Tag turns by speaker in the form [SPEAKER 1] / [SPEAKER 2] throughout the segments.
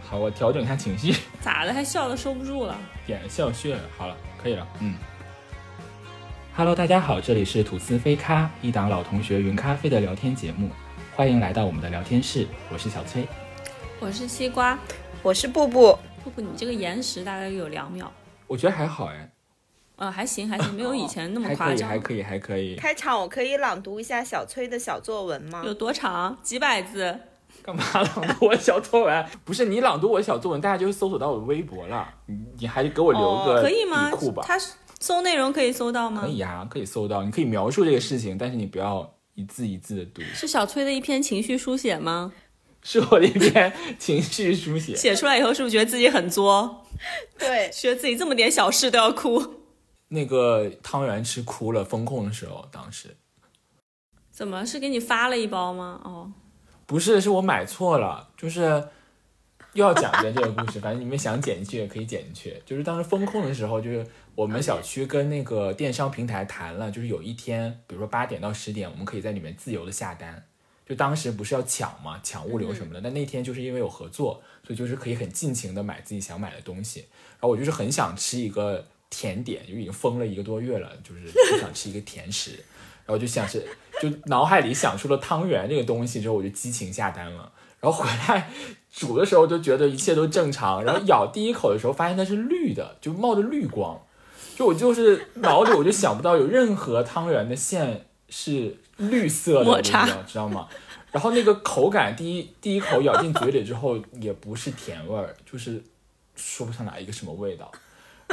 [SPEAKER 1] 好，我调整一下情绪，
[SPEAKER 2] 咋的？还笑的收不住了？
[SPEAKER 1] 点笑穴，好了，可以了，嗯。Hello，大家好，这里是吐司飞咖，一档老同学云咖啡的聊天节目，欢迎来到我们的聊天室，我是小崔。
[SPEAKER 2] 我是西瓜，
[SPEAKER 3] 我是布布，
[SPEAKER 2] 不不，你这个延时大概有两秒，
[SPEAKER 1] 我觉得还好哎，
[SPEAKER 2] 呃，还行还行，没有以前那么
[SPEAKER 1] 还
[SPEAKER 2] 嗯夸
[SPEAKER 1] 可以，
[SPEAKER 2] 张。
[SPEAKER 1] 还可以，还可以。
[SPEAKER 3] 开场我可以朗读一下小崔的小作文吗？
[SPEAKER 2] 有多长？几百字？
[SPEAKER 1] 干嘛朗读我小作文？啊 不是你朗读我小作文，大家就搜索到我的微博了。你你还给我留个
[SPEAKER 3] 哦
[SPEAKER 2] 可以吗
[SPEAKER 1] 底裤吧？？
[SPEAKER 2] 他嗯搜内容可以搜到吗
[SPEAKER 1] 可？以呀、可以搜到。你可以描述这个事情，但是你不要一字一字的读。
[SPEAKER 2] 是小崔的一篇情绪书写吗？
[SPEAKER 1] 是我的一篇情绪书写。
[SPEAKER 2] 写出来以后是不是觉得自己很作？
[SPEAKER 3] 对，
[SPEAKER 2] 觉得自己这么点小事都要哭？
[SPEAKER 1] 那个汤圆吃哭了，风控的时候，当时
[SPEAKER 2] 怎么是给你发了一包吗？哦，
[SPEAKER 1] 不是，是我买错了，就是。又要讲一遍这个故事，反 正你们想剪进去也可以剪进去。就是当时风控的时候，就是我们小区跟那个电商平台谈了，就是有一天，比如说八点到十点，我们可以在里面自由的下单。就当时不是要抢嘛，抢物流什么的，但那天就是因为有合作，所以就是可以很尽情的买自己想买的东西。然后我就是很想吃一个甜点，就已经封了一个多月了，就是 就想吃一个甜食，然后就想是就脑海里想出了汤圆这个东西之后，我就激情下单了。然后回来煮的时候就觉得一切都正常，然后咬第一口的时候发现它是绿的，就冒着绿光，就我就是脑里我就想不到有任何汤圆的馅是绿色的，
[SPEAKER 2] 抹
[SPEAKER 1] 你知
[SPEAKER 2] 茶
[SPEAKER 1] 道知道吗？然后那个口感，第一第一口咬进嘴里之后也不是甜味儿，就是说不上来一个什么味道。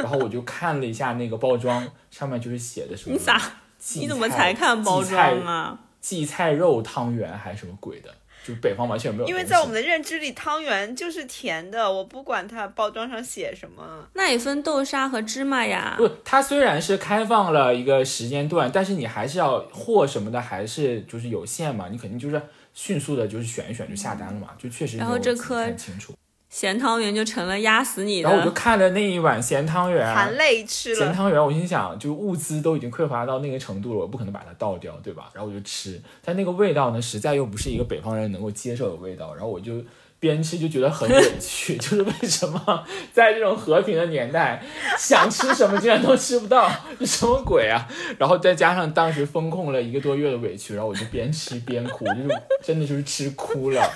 [SPEAKER 1] 然后我就看了一下那个包装，上面就是写的什么
[SPEAKER 2] 你咋？
[SPEAKER 1] 荠
[SPEAKER 2] 你怎么
[SPEAKER 1] 菜
[SPEAKER 2] 才看包装？啊？
[SPEAKER 1] 荠菜荠菜肉汤圆还是什么鬼的？就是北方完全没有东西。
[SPEAKER 3] 因为在我们的认知里，汤圆就是甜的，我不管它包装上写什么。
[SPEAKER 2] 那也分豆沙和芝麻呀。
[SPEAKER 1] 不，它虽然是开放了一个时间段，但是你还是要货什么的，还是就是有限嘛，你肯定就是迅速的，就是选一选就下单了嘛，就确实没有
[SPEAKER 2] 然后这
[SPEAKER 1] 仔细
[SPEAKER 2] 颗
[SPEAKER 1] 看清楚，
[SPEAKER 2] 咸汤圆就成了压死你
[SPEAKER 1] 然后我就
[SPEAKER 2] 的。
[SPEAKER 1] 看了那一碗咸汤
[SPEAKER 2] 啊
[SPEAKER 1] 圆，啊
[SPEAKER 3] 含泪吃
[SPEAKER 1] 咸
[SPEAKER 3] 了，
[SPEAKER 1] 汤圆，我心想，就物资都已经匮乏到那个程度了，我不可能把它倒掉，对吧？然后我就吃，但那个味道呢，实在又不是一个北方人能够接受的味道，然后我就边吃就觉得很委 屈，就是为什么在这种和平的年代，想吃什么竟然都吃不到，这什么鬼啊？然后再加上当时封控了一个多月的委屈，然后我就边吃边哭，就是真的就是吃哭了。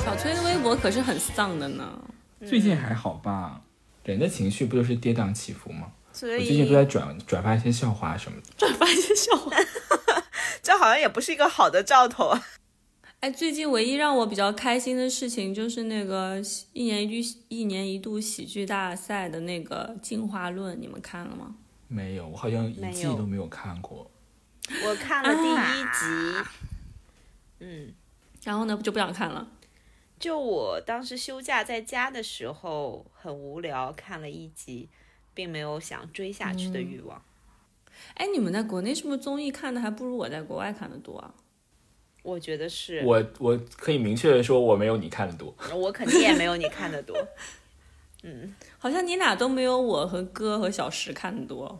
[SPEAKER 2] 小崔的微博可是很丧的呢。
[SPEAKER 3] 嗯
[SPEAKER 1] 最近还好吧？人的情绪不都是跌宕起伏吗？
[SPEAKER 3] 所
[SPEAKER 1] 我最近都
[SPEAKER 3] 以
[SPEAKER 1] 在转转发一些笑话什么的。
[SPEAKER 2] 发现笑话。
[SPEAKER 3] 这好像也不是一个好的兆头。 啊
[SPEAKER 2] 哎，最近唯一让我比较开心的事情就是那个一年一度一年一度喜剧大赛的那个进化论，你们看了吗？
[SPEAKER 1] 没有，我好像一
[SPEAKER 3] 没
[SPEAKER 1] 季
[SPEAKER 3] 有
[SPEAKER 1] 都没有看过。
[SPEAKER 3] 我看了第
[SPEAKER 2] 啊
[SPEAKER 3] 一集，嗯，
[SPEAKER 2] 然后呢，就不想看了。
[SPEAKER 3] 就我当时休假在家的时候很无聊，看了一集，并没有想追下去的
[SPEAKER 2] 嗯
[SPEAKER 3] 欲望。
[SPEAKER 2] 哎，你们在国内是不是综艺看的还不如我在国外看的多啊？
[SPEAKER 3] 我觉得是
[SPEAKER 1] 我我可以明确的说，我没有你看的多。
[SPEAKER 3] 我肯定也没有你看的多。
[SPEAKER 2] 好像你俩都没有我和哥和小石看的多。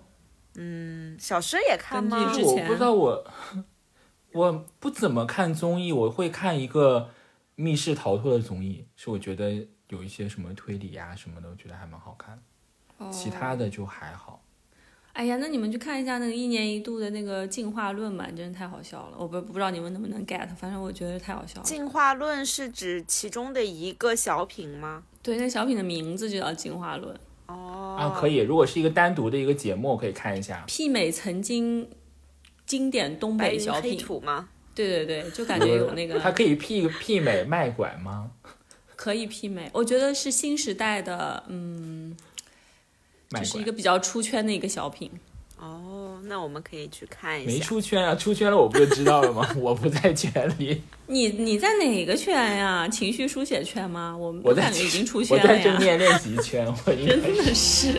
[SPEAKER 3] 小诗也看吗
[SPEAKER 2] 根？据之
[SPEAKER 1] 我
[SPEAKER 2] 前
[SPEAKER 1] 不知道我， 我不怎么看综艺，我会看一个密室逃脱的综艺，是我觉得有一些什么推理啊什么的，我觉得还蛮好看的。
[SPEAKER 2] 哦
[SPEAKER 1] 其他的就还好。
[SPEAKER 2] 哎呀，那你们去看一下那个一年一度的那个进化论吧，真的太好笑了。我不不知道你们能不能 get，反正我觉得太好笑了。
[SPEAKER 3] 进化论是指其中的一个小品吗？
[SPEAKER 2] 对，那小品的名字就叫进化论，
[SPEAKER 3] 哦，
[SPEAKER 1] 啊，可以。如果是一个单独的一个节目，我可以看一下。
[SPEAKER 2] 媲美曾经经典东
[SPEAKER 3] 白
[SPEAKER 2] 北
[SPEAKER 3] 云
[SPEAKER 2] 小
[SPEAKER 3] 黑
[SPEAKER 2] 品。
[SPEAKER 3] 土吗？
[SPEAKER 2] 对对对，就感觉有那
[SPEAKER 1] 它
[SPEAKER 2] 个
[SPEAKER 1] 可以媲媲美卖拐吗？
[SPEAKER 2] 可以媲美，我觉得是新时代的，嗯，
[SPEAKER 1] 卖
[SPEAKER 2] 就是
[SPEAKER 1] 拐
[SPEAKER 2] 一个比较出圈的一个小品。
[SPEAKER 3] 哦，那我们可以去看一
[SPEAKER 1] 没
[SPEAKER 3] 下。
[SPEAKER 1] 出圈啊，出圈了我不就知道了吗？ 我不在圈里。
[SPEAKER 2] 你你在哪个圈呀？情绪书写圈吗？我
[SPEAKER 1] 我
[SPEAKER 2] 我
[SPEAKER 1] 在
[SPEAKER 2] 感觉已经出
[SPEAKER 1] 我
[SPEAKER 2] 圈了
[SPEAKER 1] 在正
[SPEAKER 2] 呀，
[SPEAKER 1] 念练习圈，我应该
[SPEAKER 2] 真的是。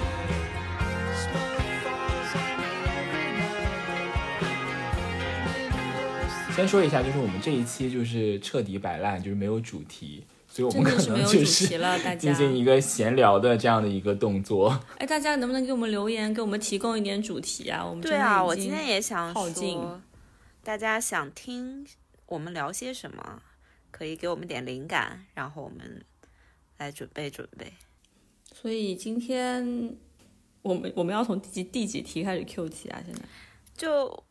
[SPEAKER 1] 先说一下，就是我们这一期就是彻底摆烂，就是没有主题，所以我
[SPEAKER 2] 真
[SPEAKER 1] 们
[SPEAKER 2] 的
[SPEAKER 1] 可
[SPEAKER 2] 是没
[SPEAKER 1] 能
[SPEAKER 2] 有
[SPEAKER 1] 就
[SPEAKER 2] 主题
[SPEAKER 1] 是
[SPEAKER 2] 了，大 家
[SPEAKER 1] 进。行一个闲聊的这样的一个动 作。
[SPEAKER 2] 哎，大家能不能给我们留言，给我们提供一点主题啊？我们
[SPEAKER 3] 对啊，我
[SPEAKER 2] 真的已
[SPEAKER 3] 今
[SPEAKER 2] 经
[SPEAKER 3] 天也想
[SPEAKER 2] 耗尽
[SPEAKER 3] 说，大家想听我们聊些什么，可以给我们点灵感，然后我们来准备准备。
[SPEAKER 2] 所以今天我们我们要从第几第几题开始 Q 题啊？现在
[SPEAKER 3] 就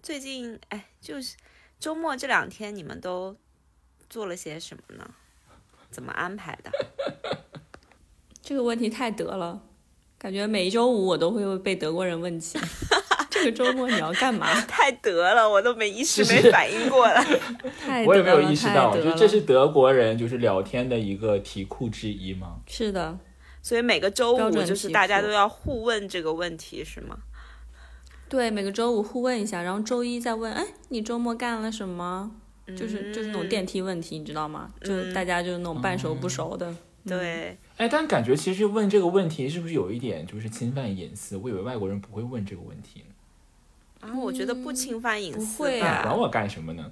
[SPEAKER 3] 最近，哎，就是周末这两天，你们都做了些什么呢？怎么安排的？
[SPEAKER 2] 这个问题太得了，感觉每一周五我都会被德国人问起。这个周末你要 干嘛？
[SPEAKER 3] 太得了，我都没一时
[SPEAKER 1] 是
[SPEAKER 3] 没反应过来。
[SPEAKER 2] 太
[SPEAKER 1] 我也没
[SPEAKER 2] 哎得
[SPEAKER 1] 有
[SPEAKER 2] 了
[SPEAKER 1] 意识
[SPEAKER 2] 太
[SPEAKER 1] 到，
[SPEAKER 2] 得
[SPEAKER 1] 就
[SPEAKER 2] 了
[SPEAKER 1] 这是德国人就是聊天的一个题库之一吗？
[SPEAKER 2] 是的，
[SPEAKER 3] 所以每个周
[SPEAKER 2] 标
[SPEAKER 3] 五
[SPEAKER 2] 准
[SPEAKER 3] 就是
[SPEAKER 2] 题
[SPEAKER 3] 大家
[SPEAKER 2] 库
[SPEAKER 3] 都要互问这个问题，是吗？
[SPEAKER 2] 对，每个周五互问一下，然后周一再问，哎，你周末干了什么？就是就是那种电梯问题，你知道吗？就大家就是那种半熟
[SPEAKER 1] 嗯
[SPEAKER 2] 不熟的。嗯
[SPEAKER 3] 对，
[SPEAKER 1] 哎，但感觉其实问这个问题是不是有一点就是侵犯隐私？我以为外国人不会问这个问题呢，
[SPEAKER 3] 然后我觉得不侵犯隐
[SPEAKER 2] 不
[SPEAKER 3] 私
[SPEAKER 2] 会
[SPEAKER 1] 那
[SPEAKER 2] 啊
[SPEAKER 3] 吧。
[SPEAKER 1] 管我干什么呢？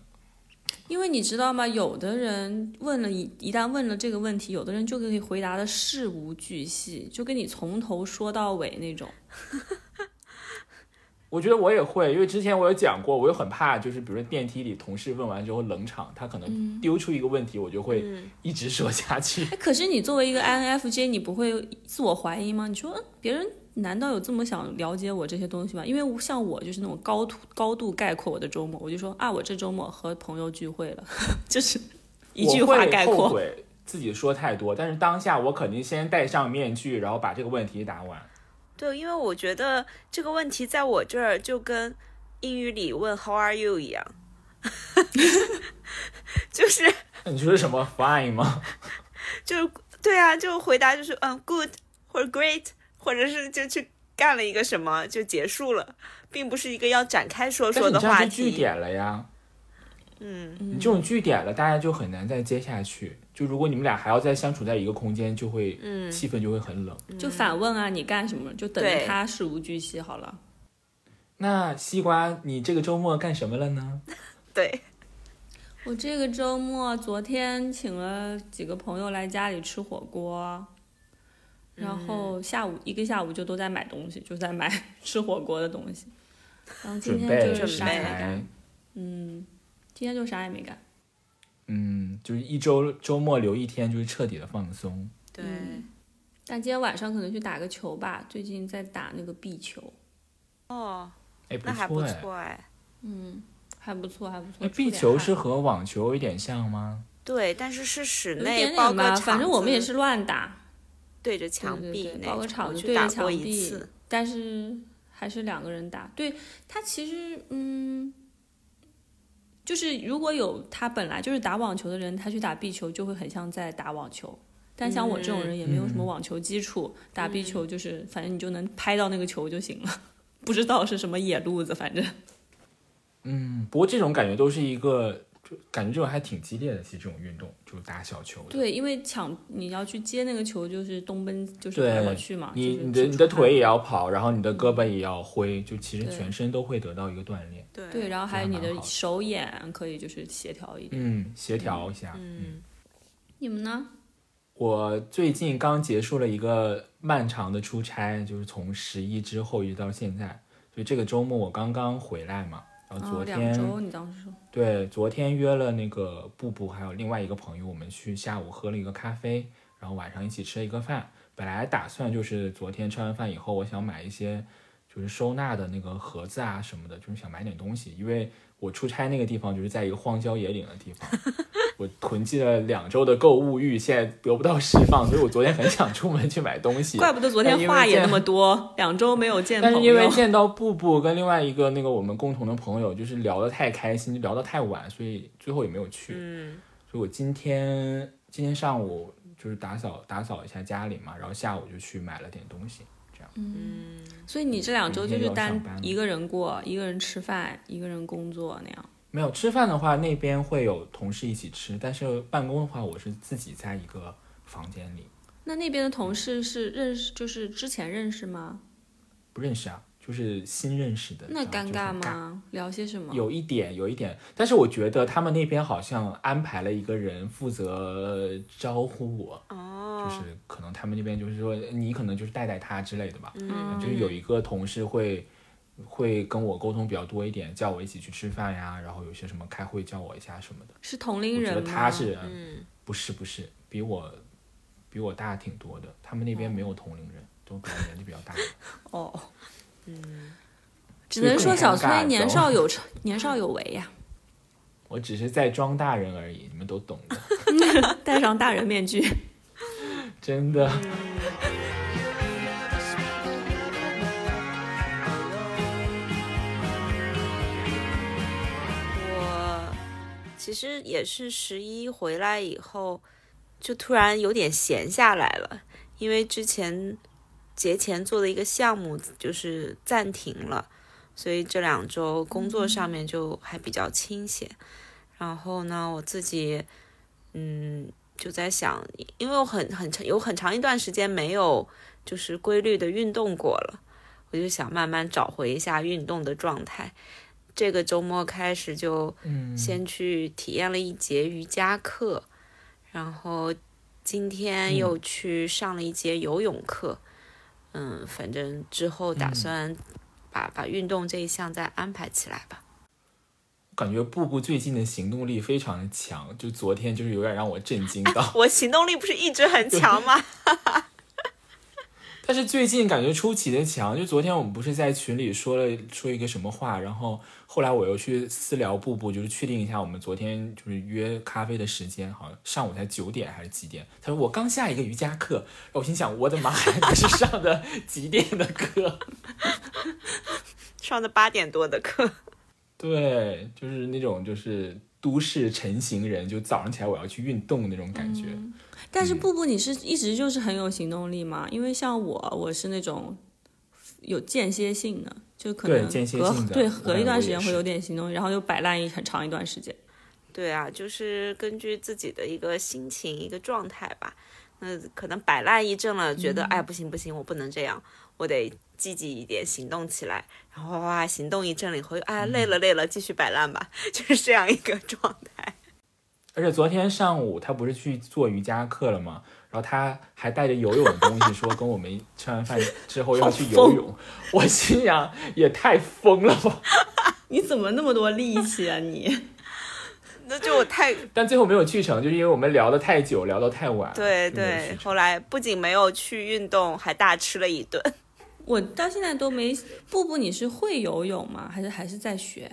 [SPEAKER 2] 因为你知道吗？有的人问了一一旦问了这个问题，有的人就可以回答的事无巨细，就跟你从头说到尾那种。
[SPEAKER 1] 我觉得我也会，因为之前我有讲过，我又很怕，就是比如说电梯里同事问完之后冷场，他可
[SPEAKER 2] 嗯
[SPEAKER 1] 能丢出一个问题，我就会
[SPEAKER 3] 嗯，
[SPEAKER 1] 一直说下去。
[SPEAKER 2] 哎，可是你作为一个 INFJ，你不会自我怀疑吗？你说嗯别人难道有这么想了解我这些东西吗？因为像我就是那种高度高度概括我的周末，我就说啊，我这周末和朋友聚会了， 就是一句
[SPEAKER 1] 我
[SPEAKER 2] 话
[SPEAKER 1] 会
[SPEAKER 2] 概
[SPEAKER 1] 后
[SPEAKER 2] 括。
[SPEAKER 1] 悔自己说太多，但是当下我肯定先戴上面具，然后把这个问题答完。
[SPEAKER 3] 对，因为我觉得这个问题在我这儿就跟英语里问 “How are you” 一样，就是
[SPEAKER 1] 那你说是什么 fine 吗？
[SPEAKER 3] 就是对啊，就回答就是嗯 “good” 或者 “great”，或者是就去干了一个什么就结束了，并不是一个要展开说
[SPEAKER 1] 但
[SPEAKER 3] 说
[SPEAKER 1] 是你
[SPEAKER 3] 的
[SPEAKER 1] 这样
[SPEAKER 3] 话
[SPEAKER 1] 就据
[SPEAKER 3] 题。
[SPEAKER 1] 点了呀，
[SPEAKER 3] 嗯，
[SPEAKER 1] 你这种据点了，大家就很难再接下去。就如果你们俩还要再相处在一个空间，就会，
[SPEAKER 3] 嗯
[SPEAKER 1] 气氛就会很冷。
[SPEAKER 2] 就反问啊，你干什么？就等着
[SPEAKER 3] 对
[SPEAKER 2] 他事无巨细好了。
[SPEAKER 1] 那西瓜，你这个周末干什么了呢？
[SPEAKER 3] 对，
[SPEAKER 2] 我这个周末昨天请了几个朋友来家里吃火锅，然后下午、一个下午就都在买东西，就在买 吃火锅的东西。然后今
[SPEAKER 1] 准
[SPEAKER 2] 天
[SPEAKER 1] 备
[SPEAKER 2] 就是
[SPEAKER 1] 食
[SPEAKER 2] 啥也没干
[SPEAKER 1] 材，，
[SPEAKER 2] 嗯，今天就啥也没干。
[SPEAKER 1] 嗯，就是一周周末留一天，就是彻底的放松。
[SPEAKER 3] 对，
[SPEAKER 2] 嗯但今天晚上可能去打个球吧，最近在打那个壁球，
[SPEAKER 3] 哦，
[SPEAKER 1] 哎，
[SPEAKER 3] 那还
[SPEAKER 1] 错
[SPEAKER 3] 不
[SPEAKER 1] 哎。
[SPEAKER 3] 错哎。
[SPEAKER 2] 嗯，还不错，还不
[SPEAKER 1] 那
[SPEAKER 2] 错。
[SPEAKER 1] 哎壁
[SPEAKER 2] 出点
[SPEAKER 1] 球
[SPEAKER 2] 汗
[SPEAKER 1] 是和网球有一点像吗？
[SPEAKER 3] 对，但是是室
[SPEAKER 2] 有一点
[SPEAKER 3] 内包
[SPEAKER 2] 点
[SPEAKER 3] 个
[SPEAKER 2] 吧，
[SPEAKER 3] 场
[SPEAKER 2] 反正我们也
[SPEAKER 3] 子
[SPEAKER 2] 是乱打，
[SPEAKER 3] 对着墙
[SPEAKER 2] 对对
[SPEAKER 3] 壁
[SPEAKER 2] 对
[SPEAKER 3] 那
[SPEAKER 2] 包
[SPEAKER 3] 种，
[SPEAKER 2] 个场
[SPEAKER 3] 我
[SPEAKER 2] 子
[SPEAKER 3] 去
[SPEAKER 2] 对着
[SPEAKER 3] 打过
[SPEAKER 2] 墙
[SPEAKER 3] 一
[SPEAKER 2] 壁
[SPEAKER 3] 次。
[SPEAKER 2] 但是还是两个人打。对他其实，嗯，就是如果有他本来就是打网球的人，他去打壁球就会很像在打网球。但像我这种人也没有
[SPEAKER 1] 嗯
[SPEAKER 2] 什么网球基础，打壁球就是反正你就能拍到那个球就行了，不知道是什么野路子，反正
[SPEAKER 1] 嗯，不过这种感觉都是一个，就感觉这种还挺激烈的。其实这种运动就打小球的，
[SPEAKER 2] 对，因为抢你要去接那个球就是东奔就是
[SPEAKER 1] 对
[SPEAKER 2] 跑来跑去嘛，
[SPEAKER 1] 你
[SPEAKER 2] 就
[SPEAKER 1] 你的
[SPEAKER 2] 是挺
[SPEAKER 1] 你的
[SPEAKER 2] 出汗
[SPEAKER 1] 腿也要跑，然后你的胳膊也要挥，就其实
[SPEAKER 2] 对
[SPEAKER 1] 全身都会得到一个锻炼。
[SPEAKER 3] 对
[SPEAKER 2] 对，然后还
[SPEAKER 1] 这
[SPEAKER 2] 有你
[SPEAKER 1] 样蛮
[SPEAKER 2] 的
[SPEAKER 1] 好的
[SPEAKER 2] 手眼可以就是协调一点。
[SPEAKER 1] 嗯，协调一下。
[SPEAKER 3] 嗯，
[SPEAKER 2] 你们呢？
[SPEAKER 1] 我最近刚结束了一个漫长的出差，就是从十一之后一直到现在，所以这个周末我刚刚回来嘛。然后
[SPEAKER 2] 啊，
[SPEAKER 1] 昨
[SPEAKER 2] 两
[SPEAKER 1] 天、
[SPEAKER 2] 周，你当时说，
[SPEAKER 1] 对，昨天约了那个布布，还有另外一个朋友，我们去下午喝了一个咖啡，然后晚上一起吃了一个饭。本来打算就是昨天吃完饭以后，我想买一些就是收纳的那个盒子啊什么的，就是想买点东西，因为我出差那个地方就是在一个荒郊野岭的地 方，我囤积了两周的购物欲，现在得不到释放，所以我昨天很想出门去买东西。
[SPEAKER 2] 怪不得昨
[SPEAKER 1] 但因
[SPEAKER 2] 天
[SPEAKER 1] 为
[SPEAKER 2] 话也
[SPEAKER 1] 见
[SPEAKER 2] 那么多，两周没有见朋
[SPEAKER 1] 但
[SPEAKER 2] 友。
[SPEAKER 1] 是因为见到布布跟另外一个那个我们共同的朋友，就是聊得太开心，就聊得太晚，所以最后也没有去。
[SPEAKER 3] 嗯，
[SPEAKER 1] 所以我今天今天上午就是打扫打扫一下家里嘛，然后下午就去买了点东西。
[SPEAKER 2] 嗯所以你这两周就
[SPEAKER 1] 嗯明天
[SPEAKER 2] 是
[SPEAKER 1] 要
[SPEAKER 2] 单
[SPEAKER 1] 上班了
[SPEAKER 2] 一个人过，一个人吃饭，一个人工作那样。
[SPEAKER 1] 没有吃饭的话，那边会有同事一起吃，但是办公的话，我是自己在一个房间里，
[SPEAKER 2] 那那边的同事是认识，就是之前认识吗？
[SPEAKER 1] 不认识啊，就是新认识的。
[SPEAKER 2] 那
[SPEAKER 1] 然后
[SPEAKER 2] 尴
[SPEAKER 1] 就
[SPEAKER 2] 尬
[SPEAKER 1] 很尬？
[SPEAKER 2] 吗？聊些什么？
[SPEAKER 1] 有一点，有一点，但是我觉得他们那边好像安排了一个人负责招呼我，就
[SPEAKER 3] 哦，
[SPEAKER 1] 是可能他们那边就是说你可能就是带带他之类的吧。
[SPEAKER 3] 嗯
[SPEAKER 1] 就是有一个同事会会跟我沟通比较多一点，叫我一起去吃饭呀，然后有些什么开会叫我一下什么的。
[SPEAKER 2] 是同龄
[SPEAKER 1] 我觉
[SPEAKER 2] 人
[SPEAKER 1] 得
[SPEAKER 2] 吗？
[SPEAKER 1] 他是、
[SPEAKER 3] 嗯，
[SPEAKER 1] 不是不是比我比我大挺多的，他们那边没有同龄人，都比较年纪比较大的。
[SPEAKER 2] 哦，嗯，只
[SPEAKER 1] 就
[SPEAKER 2] 能
[SPEAKER 1] 更
[SPEAKER 2] 说小
[SPEAKER 1] 尴
[SPEAKER 2] 崔
[SPEAKER 1] 尬
[SPEAKER 2] 年
[SPEAKER 1] 走
[SPEAKER 2] 少有成年少有为 呀、
[SPEAKER 1] 我只是在装大人而已，你们都懂的，
[SPEAKER 2] 戴上大人面具。
[SPEAKER 1] 真的。
[SPEAKER 3] 我其实也是十一回来以后，就突然有点闲下来了，因为之前节前做的一个项目就是暂停了，所以这两周工作上面就还比较清闲。然后呢，我自己嗯就在想，因为我很很长有很长一段时间没有就是规律的运动过了，我就想慢慢找回一下运动的状态。这个周末开始就
[SPEAKER 1] 嗯，
[SPEAKER 3] 先去体验了一节瑜伽课，然后今
[SPEAKER 1] 嗯
[SPEAKER 3] 天又去上了一节游泳课。嗯反正之后打
[SPEAKER 1] 嗯
[SPEAKER 3] 算把、把运动这一项再安排起来吧。
[SPEAKER 1] 感觉布布最近的行动力非常的强，就昨天就是有点让我震惊到。
[SPEAKER 3] 我行动力不是一直很强吗？
[SPEAKER 1] 但是最近感觉出奇的强，就昨天我们不是在群里说了说一个什么话，然后后来我又去私聊布布，就是确定一下我们昨天就是约咖啡的时间，好像上午才九点还是几点？他说我刚下一个瑜伽课，然后我心想我的妈呀，你是上的几点的课？
[SPEAKER 3] 上的八点多的课，
[SPEAKER 1] 对，就是那种就是都市晨行人，就早上起来我要去运动那种感觉。
[SPEAKER 2] 嗯
[SPEAKER 1] 嗯
[SPEAKER 2] 但是布布，你是一直就是很有行动力吗？因为像我，我是那种有间歇性的，就可
[SPEAKER 1] 对
[SPEAKER 2] 能
[SPEAKER 1] 间歇
[SPEAKER 2] 隔
[SPEAKER 1] 性的
[SPEAKER 2] 对
[SPEAKER 1] 我
[SPEAKER 2] 隔
[SPEAKER 1] 感
[SPEAKER 2] 一
[SPEAKER 1] 觉
[SPEAKER 2] 段
[SPEAKER 1] 我
[SPEAKER 2] 时
[SPEAKER 1] 也
[SPEAKER 2] 间会
[SPEAKER 1] 是
[SPEAKER 2] 有点行动力，然后又摆烂一很长一段时间。
[SPEAKER 3] 对啊，就是根据自己的一个心情、一个状态吧。那可能摆烂一阵了，觉得、哎不行不行，我不能这样，我得积极一点，行动起来。然后哇哇哇行动一阵了以后，哎累了累了，继续摆烂吧， 就是这样一个状态。
[SPEAKER 1] 而且昨天上午他不是去做瑜伽课了吗？然后他还带着游泳的东西，说跟我们吃完饭之后要去游泳。我心想也太疯了吧！
[SPEAKER 2] 你怎么那么多力气啊 你？
[SPEAKER 3] 那就我太
[SPEAKER 1] 但最后没有去成，就是因为我们聊得太久，聊到太晚。
[SPEAKER 3] 对
[SPEAKER 1] 就没有
[SPEAKER 3] 对
[SPEAKER 1] 去，成
[SPEAKER 3] 后来不仅没有去运动，还大吃了一顿。
[SPEAKER 2] 我到现在都没布布，你是会游泳吗？还是还是在学？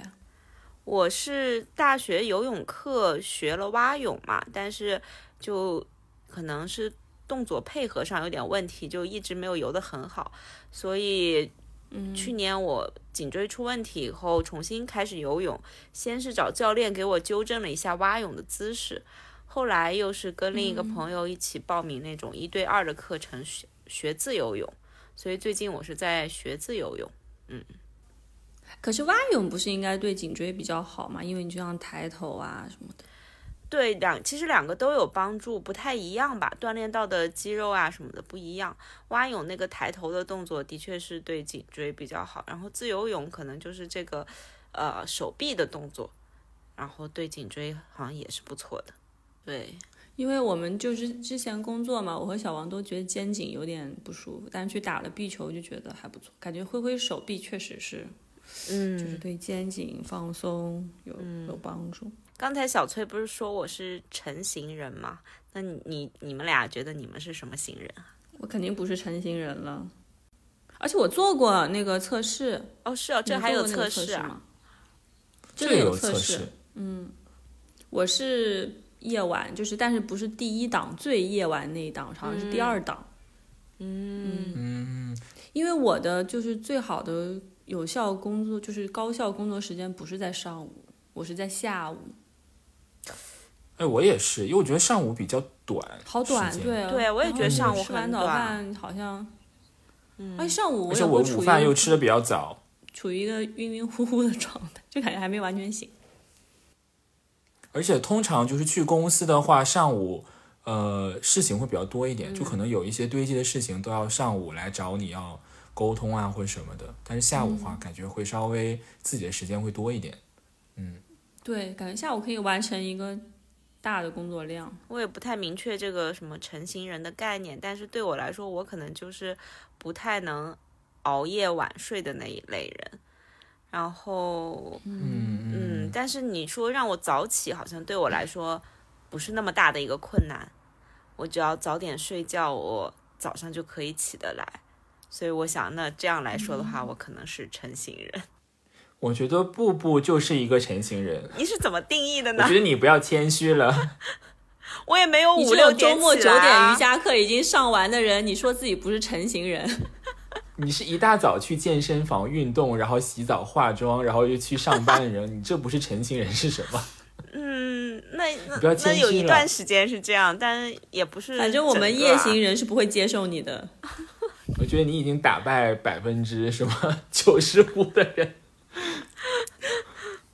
[SPEAKER 3] 我是大学游泳课学了蛙泳嘛，但是就可能是动作配合上有点问题，就一直没有游得很好，所以。嗯，去年我颈椎出问题以后，重新开始游泳，先是找教练给我纠正了一下蛙泳的姿势，后来又是跟另一个朋友一起报名那种一对二的课程学学自由泳，所以最近我是在学自由泳。
[SPEAKER 2] 可是蛙泳不是应该对颈椎比较好吗？因为你就像抬头啊什么的。
[SPEAKER 3] 对，两其实两个都有帮助，不太一样吧，锻炼到的肌肉啊什么的不一样。蛙泳那个抬头的动作的确是对颈椎比较好，然后自由泳可能就是这个，呃，手臂的动作，然后对颈椎好像也是不错的。对，
[SPEAKER 2] 因为我们就是之前工作嘛，我和小王都觉得肩颈有点不舒服，但是去打了壁球就觉得还不错，感觉挥挥手臂确实是，就是
[SPEAKER 3] 嗯，
[SPEAKER 2] 对肩颈放松有、有帮助。
[SPEAKER 3] 刚才小崔不是说我是晨行人吗？那你你你们俩觉得你们是什么行人啊？
[SPEAKER 2] 我肯定不是成型人了，而且我做过那个测试，
[SPEAKER 3] 哦，是哦，这
[SPEAKER 2] 你
[SPEAKER 3] 还
[SPEAKER 2] 做
[SPEAKER 3] 有
[SPEAKER 2] 过那个
[SPEAKER 3] 测
[SPEAKER 2] 测
[SPEAKER 3] 试啊？
[SPEAKER 2] 吗？
[SPEAKER 1] 这
[SPEAKER 2] 真
[SPEAKER 1] 个
[SPEAKER 2] 的
[SPEAKER 1] 有
[SPEAKER 2] 测
[SPEAKER 1] 试，
[SPEAKER 2] 我是夜晚，就是但是不是第一档最夜晚那一档，好像是第二档。
[SPEAKER 1] 嗯，
[SPEAKER 2] 因为我的就是最好的有效工作，就是高效工作时间不是在上午，我是在下午，
[SPEAKER 1] 哎，我也是，因为我觉得上午比较短，
[SPEAKER 2] 好短
[SPEAKER 1] 时，间
[SPEAKER 2] 对啊，
[SPEAKER 3] 对我也觉得
[SPEAKER 2] 然后
[SPEAKER 3] 上午
[SPEAKER 2] 吃完
[SPEAKER 3] 很
[SPEAKER 2] 早
[SPEAKER 3] 短嗯
[SPEAKER 2] 饭好像，哎，上午
[SPEAKER 1] 而
[SPEAKER 2] 我
[SPEAKER 1] 且
[SPEAKER 2] 也
[SPEAKER 1] 我
[SPEAKER 2] 会
[SPEAKER 1] 午
[SPEAKER 2] 处于
[SPEAKER 1] 饭又吃的比较早。
[SPEAKER 2] 处于一个晕晕乎乎的状态，就感觉还没完全醒。
[SPEAKER 1] 而且通常就是去公司的话，上午呃事情会比较多一点，就可能有一些堆积的事情都要上午来找你要沟通啊或者什么的。但是下午的话，感觉会稍微自己的时间会多一点。
[SPEAKER 2] 对，感觉下午可以完成一个大的工作量。
[SPEAKER 3] 我也不太明确这个什么成型人的概念，但是对我来说，我可能就是不太能熬夜晚睡的那一类人，然后
[SPEAKER 1] 嗯
[SPEAKER 3] 嗯，但是你说让我早起，好像对我来说不是那么大的一个困难。我只要早点睡觉，我早上就可以起得来。所以我想，那这样来说的
[SPEAKER 2] 嗯
[SPEAKER 3] 话，我可能是成型人。
[SPEAKER 1] 我觉得步步就是一个成型人。
[SPEAKER 3] 你是怎么定义的
[SPEAKER 1] 我
[SPEAKER 3] 呢
[SPEAKER 1] 觉？得你不要谦虚了，
[SPEAKER 3] 我也没有
[SPEAKER 2] 你
[SPEAKER 3] 五
[SPEAKER 2] 只有
[SPEAKER 3] 六
[SPEAKER 2] 周
[SPEAKER 3] 点
[SPEAKER 2] 末
[SPEAKER 3] 起
[SPEAKER 2] 九
[SPEAKER 3] 来
[SPEAKER 2] 点
[SPEAKER 3] 啊
[SPEAKER 2] 瑜。伽课已经上完的人，你说自己不是成型人，
[SPEAKER 1] 你是一大早去健身房运动，然后洗澡化妆，然后又去上班的人，你这不是成型人是什么？
[SPEAKER 3] 嗯，那那
[SPEAKER 1] 不要
[SPEAKER 3] 那
[SPEAKER 1] 谦
[SPEAKER 3] 有
[SPEAKER 1] 虚
[SPEAKER 3] 一
[SPEAKER 1] 了
[SPEAKER 3] 段时间是这样，但也不是整个啊。
[SPEAKER 2] 反正我们夜行人是不会接受你的。
[SPEAKER 1] 我觉得你已经打败百分之什么 九十五的人。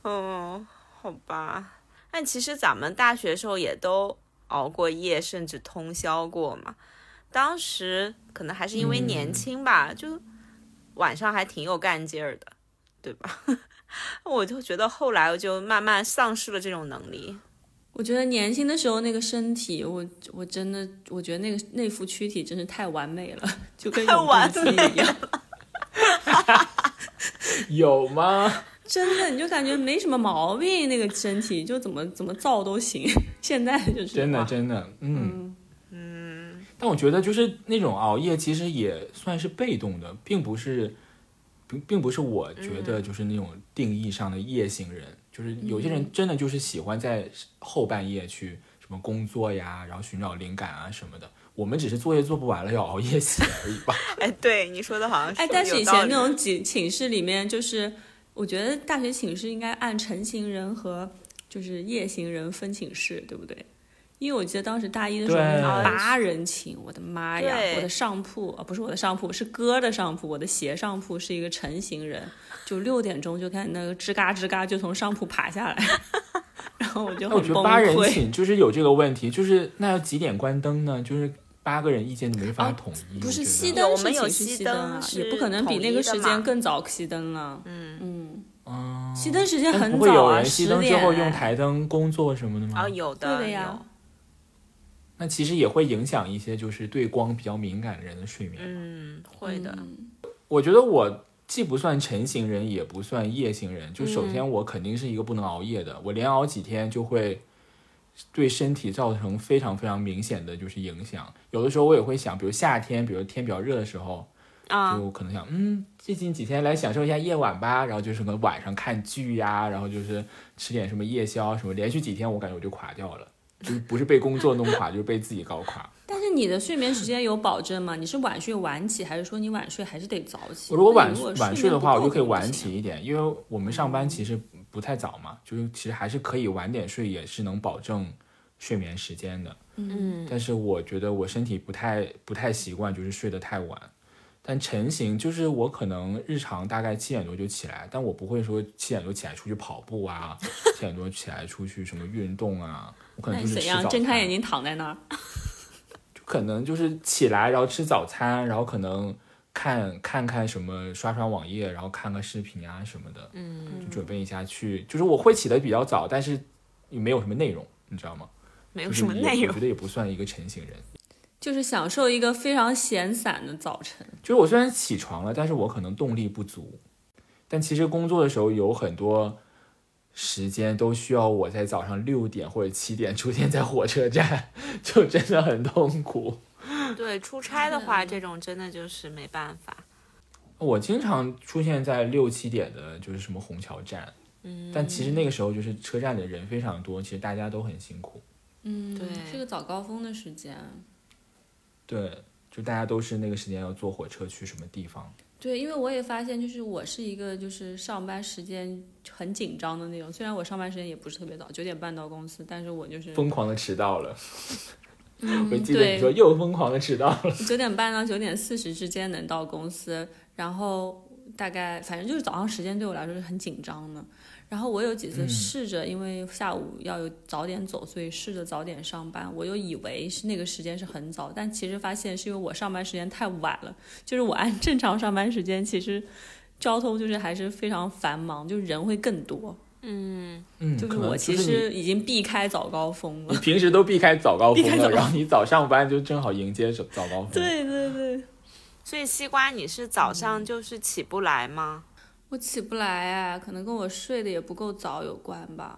[SPEAKER 3] 哦，好吧。但其实咱们大学时候也都熬过夜，甚至通宵过嘛。当时可能还是因为年
[SPEAKER 1] 嗯
[SPEAKER 3] 轻吧，就晚上还挺有干劲儿的，对吧？ 我就觉得后来我就慢慢丧失了这种能力。
[SPEAKER 2] 我觉得年轻的时候那个身体，我我真的我觉得那个那副躯体真是太完美了， 就跟
[SPEAKER 3] 太
[SPEAKER 2] 永
[SPEAKER 3] 完
[SPEAKER 2] 动机
[SPEAKER 3] 美
[SPEAKER 2] 一样，
[SPEAKER 1] 有吗？
[SPEAKER 2] 真的你就感觉没什么毛病，那个身体就怎么怎么造都行。现在就是
[SPEAKER 1] 真的，
[SPEAKER 2] 哇
[SPEAKER 1] 真的，嗯。
[SPEAKER 2] 嗯，
[SPEAKER 1] 但我觉得就是那种熬夜，其实也算是被动的，并不是，并并不是我觉
[SPEAKER 2] 嗯
[SPEAKER 1] 得就是那种定义上的夜行人。就是有些
[SPEAKER 2] 嗯
[SPEAKER 1] 人真的就是喜欢在后半夜去什么工作呀，然后寻找灵感啊什么的。我们只是作业做不完了，要熬夜写而 已吧。
[SPEAKER 3] 哎，对你说的好像是
[SPEAKER 2] 哎，但是
[SPEAKER 3] 有
[SPEAKER 2] 以
[SPEAKER 3] 道
[SPEAKER 2] 前
[SPEAKER 3] 理啊
[SPEAKER 2] 那种寝寝室里面，就是我觉得大学寝室应该按晨行人和就是夜行人分寝室，对不对？因为我记得当时大一的时候
[SPEAKER 1] 对
[SPEAKER 2] 是八人寝，我的妈呀！
[SPEAKER 3] 啊对
[SPEAKER 2] 我的上铺啊，不是我的上铺，是哥的上铺，我的斜上铺是一个晨行人，就六点钟就开始那个吱嘎吱嘎就从上铺爬下来， 然后我就
[SPEAKER 1] 那哎我
[SPEAKER 2] 很
[SPEAKER 1] 觉得
[SPEAKER 2] 崩
[SPEAKER 1] 八人
[SPEAKER 2] 溃。
[SPEAKER 1] 寝就是有这个问题，就是那要几点关灯呢？就是八个人意见就没法
[SPEAKER 2] 啊
[SPEAKER 1] 统一。
[SPEAKER 2] 不
[SPEAKER 1] 我
[SPEAKER 2] 是
[SPEAKER 1] 觉
[SPEAKER 2] 熄
[SPEAKER 1] 得
[SPEAKER 3] 的
[SPEAKER 2] 灯
[SPEAKER 3] 我
[SPEAKER 2] 是
[SPEAKER 3] 们有
[SPEAKER 2] 寝室
[SPEAKER 3] 熄
[SPEAKER 2] 熄
[SPEAKER 3] 灯
[SPEAKER 2] 啊，也
[SPEAKER 3] 是
[SPEAKER 2] 不可能比
[SPEAKER 3] 统
[SPEAKER 2] 那
[SPEAKER 3] 一
[SPEAKER 2] 个
[SPEAKER 3] 的
[SPEAKER 2] 时
[SPEAKER 3] 嘛
[SPEAKER 2] 间更早熄灯了。
[SPEAKER 3] 嗯，
[SPEAKER 2] 嗯。
[SPEAKER 1] 哦
[SPEAKER 2] 熄灯 时间
[SPEAKER 1] 但
[SPEAKER 2] 很
[SPEAKER 1] 不会
[SPEAKER 2] 早
[SPEAKER 1] 有
[SPEAKER 2] 啊，
[SPEAKER 1] 人
[SPEAKER 2] 十
[SPEAKER 1] 熄
[SPEAKER 2] 点。
[SPEAKER 1] 灯之后用台灯工作什么的吗？
[SPEAKER 3] 啊，有
[SPEAKER 2] 对
[SPEAKER 3] 的
[SPEAKER 2] 的呀
[SPEAKER 3] 有，
[SPEAKER 1] 那其实也会影响一些就是对光比较敏感的人的睡眠。
[SPEAKER 3] 嗯，会的，
[SPEAKER 2] 嗯
[SPEAKER 1] 我觉得我既不算晨型人，也不算夜型人。就首先我肯定是一个不能熬夜的，我连熬几天就会对身体造成非常非常明显的就是影响。有的时候我也会想，比如夏天，比如天比较热的时候，
[SPEAKER 3] 啊，
[SPEAKER 1] 就可能想，嗯，最近几天来享受一下夜晚吧，然后就是可能晚上看剧呀、然后就是吃点什么夜宵什么，连续几天我感觉我就垮掉了，就是不是被工作弄垮，就是被自己搞垮。
[SPEAKER 2] 但是你的睡眠时间有保证吗？你是晚睡晚起，还是说你晚睡还是得早起？
[SPEAKER 1] 我如果晚
[SPEAKER 2] 那你
[SPEAKER 1] 晚
[SPEAKER 2] 眠
[SPEAKER 1] 睡的话，
[SPEAKER 2] 不
[SPEAKER 1] 我
[SPEAKER 2] 够
[SPEAKER 1] 就可以
[SPEAKER 2] 不
[SPEAKER 1] 晚
[SPEAKER 2] 行
[SPEAKER 1] 起一点，因为我们上班其实不太早嘛，就是其实还是可以晚点睡，也是能保证睡眠时间的。
[SPEAKER 3] 嗯
[SPEAKER 1] 但是我觉得我身体不太不太习惯，就是睡得太晚。但晨型就是我可能日常大概七点多就起来，但我不会说七点多起来出去跑步 啊，七点多起来出去什么运动啊，我可
[SPEAKER 2] 那
[SPEAKER 1] 能
[SPEAKER 2] 你
[SPEAKER 1] 就是
[SPEAKER 2] 怎
[SPEAKER 1] 吃早
[SPEAKER 2] 样？
[SPEAKER 1] 餐。
[SPEAKER 2] 睁开眼睛躺在那儿，
[SPEAKER 1] 可能就是起来，然后吃早餐，然后可能看看看什么，刷刷网页，然后看个视频啊什么的，
[SPEAKER 3] 嗯，
[SPEAKER 1] 就准备一下去。就是我会起得比较早，但是也没有什么内容，你知道吗？
[SPEAKER 3] 没
[SPEAKER 1] 没
[SPEAKER 3] 有什么内
[SPEAKER 1] 我
[SPEAKER 3] 容
[SPEAKER 1] 觉，得也不算一个成型人。
[SPEAKER 2] 就是享受一个非常闲散的早晨。
[SPEAKER 1] 就是我虽然起床了，但是我可能动力不足。但其实工作的时候有很多时间都需要我在早上六点或者七点出现在火车站， 就真的很痛苦。
[SPEAKER 3] 对，出差的话，这种真的就是没办法。
[SPEAKER 1] 我经常出现在六七点的，就是什么虹桥站，
[SPEAKER 3] 嗯，
[SPEAKER 1] 但其实那个时候就是车站的人非常多，其实大家都很辛苦，
[SPEAKER 2] 嗯
[SPEAKER 3] 对
[SPEAKER 2] 是个早高峰的时间。
[SPEAKER 1] 对，就大家都是那个时间要坐火车去什么地方，
[SPEAKER 2] 对，因为我也发现，就是我是一个就是上班时间很紧张的那种。虽然我上班时间也不是特别早，九点半到公司，但是我就是
[SPEAKER 1] 疯狂的迟到了。
[SPEAKER 2] 嗯
[SPEAKER 1] 我记得你
[SPEAKER 2] 对
[SPEAKER 1] 说又疯狂的迟到了，
[SPEAKER 2] 九点半到九点四十之间能到公司，然后大概反正就是早上时间对我来说是很紧张的。然后我有几次
[SPEAKER 1] 嗯
[SPEAKER 2] 试着，因为下午要有早点走，所以试着早点上班。我又以为是那个时间是很早，但其实发现是因为我上班时间太晚了。就是我按正常上班时间，其实交通就是还是非常繁忙，就人会更多。
[SPEAKER 3] 嗯，
[SPEAKER 1] 嗯，
[SPEAKER 2] 就是
[SPEAKER 1] 可能
[SPEAKER 2] 我其
[SPEAKER 1] 是
[SPEAKER 2] 实已经避开早高峰
[SPEAKER 1] 你
[SPEAKER 2] 了
[SPEAKER 1] 你。平时都避开早高峰
[SPEAKER 2] 避开早
[SPEAKER 1] 了，
[SPEAKER 2] 高峰
[SPEAKER 1] 然后你早上班就正好迎接早早高峰，，
[SPEAKER 2] 对对对。
[SPEAKER 3] 嗯所以西瓜，你是早上就是起不来吗？
[SPEAKER 2] 我起不来哎，可能跟我睡得也不够早有关吧。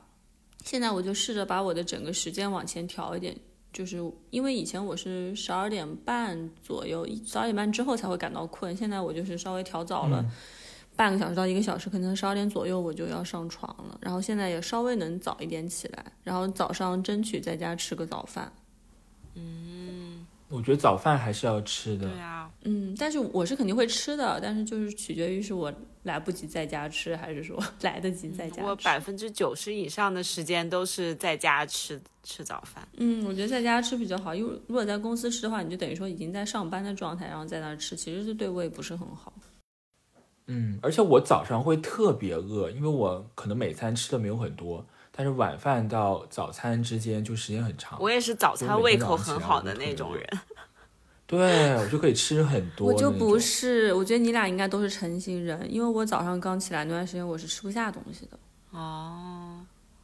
[SPEAKER 2] 现在我就试着把我的整个时间往前调一点，就是因为以前我是十二点半左右，十二点半之后才会感到困，现在我就是稍微调早了。半个小时到一个小时，可能十二点左右我就要上床了。然后现在也稍微能早一点起来，然后早上争取在家吃个早饭。
[SPEAKER 1] 我觉得早饭还是要吃的
[SPEAKER 3] 嗯对，啊，
[SPEAKER 2] 嗯，但是我是肯定会吃的，但是就是取决于是我来不及在家吃，还是说 来得及在家
[SPEAKER 3] 我
[SPEAKER 2] 吃。
[SPEAKER 3] 百分之九十以上的时间都是在家吃吃早饭。
[SPEAKER 2] 嗯，我觉得在家吃比较好，因为如果在公司吃的话，你就等于说已经在上班的状态，然后在那儿吃，其实是对胃不是很好。
[SPEAKER 1] 嗯，而且我早上会特别饿，因为我可能每餐吃的没有很多，但是晚饭到早餐之间就时间很长。
[SPEAKER 3] 我也啊是早餐胃口很好的那种人，
[SPEAKER 1] 对我就可以吃很多
[SPEAKER 2] 我
[SPEAKER 1] 那
[SPEAKER 2] 就
[SPEAKER 1] 种。
[SPEAKER 2] 不是，我觉得你俩应该都是成型人，因为我早上刚起来那段时间我是吃不下东西的。
[SPEAKER 3] 哦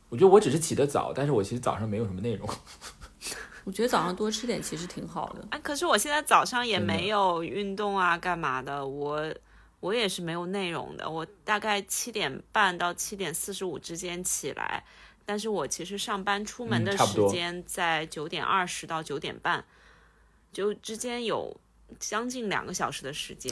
[SPEAKER 1] 我觉得我只是起得早，但是我其实早上没有什么内容。
[SPEAKER 2] 我觉得早上多吃点其实挺好的。
[SPEAKER 3] 啊，可是我现在早上也
[SPEAKER 1] 真的
[SPEAKER 3] 没有运动啊，干嘛的？我我也是没有内容的。我大概七点半到七点四十五之间起来，但是我其实上班出门
[SPEAKER 1] 嗯
[SPEAKER 3] 的
[SPEAKER 1] 差不
[SPEAKER 3] 时
[SPEAKER 1] 多
[SPEAKER 3] 间在九点二十到九点半，就之间有将近两个小时的时间。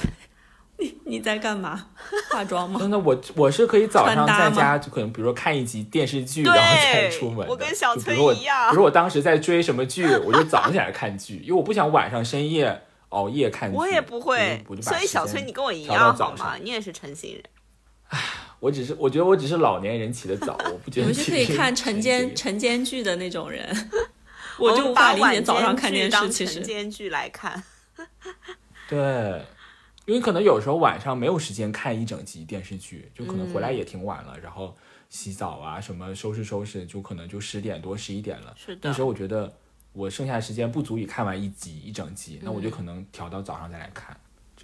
[SPEAKER 2] 你在干嘛？ 化 妆吗？
[SPEAKER 1] 真的，我我是可以早上
[SPEAKER 2] 穿
[SPEAKER 1] 在
[SPEAKER 2] 搭吗
[SPEAKER 1] 家，就可能比如说看一集电视剧，
[SPEAKER 3] 对
[SPEAKER 1] 然后再出门的。
[SPEAKER 3] 我跟小
[SPEAKER 1] 就比
[SPEAKER 3] 崔
[SPEAKER 1] 如我
[SPEAKER 3] 一样
[SPEAKER 1] 比如我当时在追什么剧，我就早上起来看剧，因为我不想晚上深夜熬夜看剧。
[SPEAKER 3] 我也不会
[SPEAKER 1] 我就我，就把
[SPEAKER 3] 所以
[SPEAKER 1] 时
[SPEAKER 3] 小崔
[SPEAKER 1] 间
[SPEAKER 3] 你跟我一
[SPEAKER 1] 调到
[SPEAKER 3] 样
[SPEAKER 1] 早
[SPEAKER 3] 好吗？
[SPEAKER 1] 上
[SPEAKER 3] 你也是成型人。
[SPEAKER 1] 我只是我觉得我只是老年人起得早，我不觉得
[SPEAKER 2] 你们是可以看晨间
[SPEAKER 1] 晨
[SPEAKER 2] 晨间剧的那种人，我就
[SPEAKER 3] 们
[SPEAKER 2] 无法
[SPEAKER 3] 把
[SPEAKER 2] 理
[SPEAKER 3] 晚
[SPEAKER 2] 解
[SPEAKER 3] 间
[SPEAKER 2] 早上看
[SPEAKER 3] 剧
[SPEAKER 2] 电视
[SPEAKER 3] 当
[SPEAKER 2] 其
[SPEAKER 3] 晨
[SPEAKER 2] 实。
[SPEAKER 3] 间剧来看。
[SPEAKER 1] 对，因为可能有时候晚上没有时间看一整集电视剧，就可能回来也挺晚了，然后洗澡啊什么收拾收拾，就可能就十点多十一点了。
[SPEAKER 3] 是
[SPEAKER 1] 那时候我觉得我剩下的时间不足以看完一集一整集，那我就可能调到早上再来看。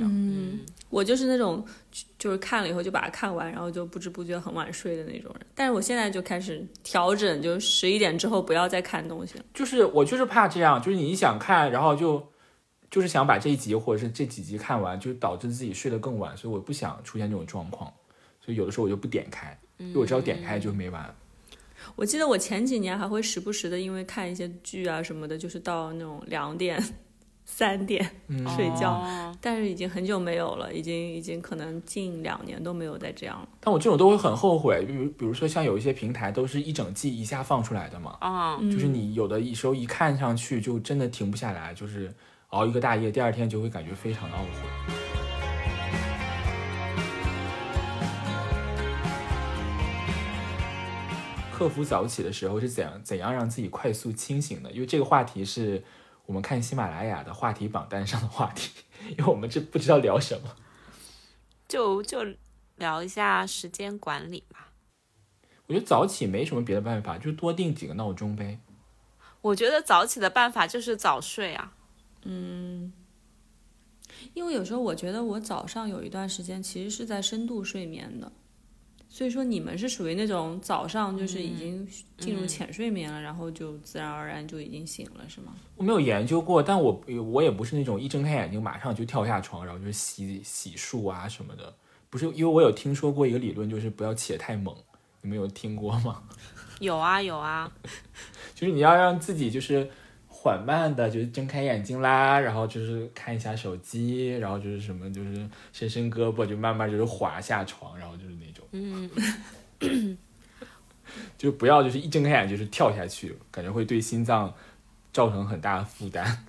[SPEAKER 2] 嗯，我就是那种就就是看了以后就把它看完，然后就不知不觉很晚睡的那种人。但是我现在就开始调整，就是十一点之后不要再看东西了。
[SPEAKER 1] 就是我就是怕这样，就是你一想看，然后就就是想把这一集或者是这几集看完，就导致自己睡得更晚，所以我不想出现这种状况，所以有的时候我就不点开，因为我知道点开就没完。
[SPEAKER 2] 我记得我前几年还会时不时的因为看一些剧啊什么的，就是到那种两点、 三点
[SPEAKER 1] 嗯，
[SPEAKER 2] 睡觉
[SPEAKER 3] 哦
[SPEAKER 2] 但是已经很久没有了，已经已经可能近两年都没有再这样了。
[SPEAKER 1] 但我这种都会很后悔，比如比如说像有一些平台都是一整季一下放出来的嘛，
[SPEAKER 3] 啊、
[SPEAKER 1] 哦就是
[SPEAKER 2] 嗯
[SPEAKER 1] 你有的时候一看上去就真的停不下来，就是熬一个大夜，第二天就会感觉非常的懊悔。克服早起的时候是怎样怎样让自己快速清醒的？因为这个话题是我们看喜马拉雅的话题榜单上的话题，因为我们这不知道聊什么。
[SPEAKER 3] 就就聊一下时间管理嘛。
[SPEAKER 1] 我觉得早起没什么别的办法，就多定几个闹钟呗。
[SPEAKER 3] 我觉得早起的办法就是早睡啊。
[SPEAKER 2] 因为有时候我觉得我早上有一段时间其实是在深度睡眠的，所以说你们是属于那种早上就是已经进入浅睡眠了，然后就自然而然就已经醒了，是吗？
[SPEAKER 1] 我没有研究过，但我我也不是那种一睁开眼睛马上就跳下床，然后就洗洗漱啊什么的。不是，因为我有听说过一个理论，就是不要起得太猛。你们有听过吗？
[SPEAKER 3] 有啊有啊，
[SPEAKER 1] 就是你要让自己就是缓慢的，就是睁开眼睛啦，然后就是看一下手机，然后就是什么，就是伸伸胳膊，就慢慢就是滑下床，然后就是那种，嗯，就不要就是一睁开眼就是跳下去，感觉会对心脏造成很大的负担。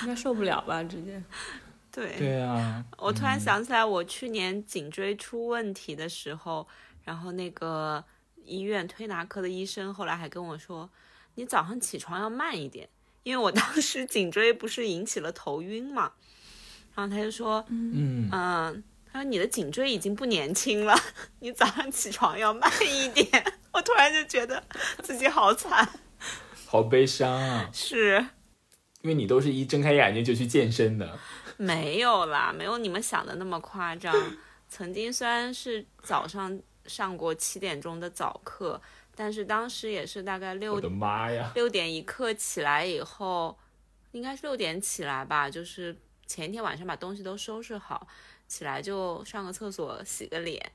[SPEAKER 2] 应该受不了吧，直接。
[SPEAKER 3] 对。
[SPEAKER 1] 对啊，
[SPEAKER 3] 我突然想起来，我去年颈椎出问题的时候，然后那个医院推拿科的医生后来还跟我说，你早上起床要慢一点，因为我当时颈椎不是引起了头晕嘛，然后他就说，
[SPEAKER 1] 嗯，
[SPEAKER 3] 嗯，他说你的颈椎已经不年轻了， 你早上起床要慢一点。 我突然就觉得自己好惨，
[SPEAKER 1] 好悲伤啊！
[SPEAKER 3] 是
[SPEAKER 1] 因为你都是一睁开眼睛就去健身的，
[SPEAKER 3] 没有啦，没有你们想的那么夸张。曾经虽然是早上上过七点钟的早课，但是当时也是大概
[SPEAKER 1] 我
[SPEAKER 3] 六
[SPEAKER 1] 的妈呀！
[SPEAKER 3] 六点一刻起来以后，应该是六点起来吧，就是前一天晚上把东西都收拾好，起来就上个厕所，洗个脸，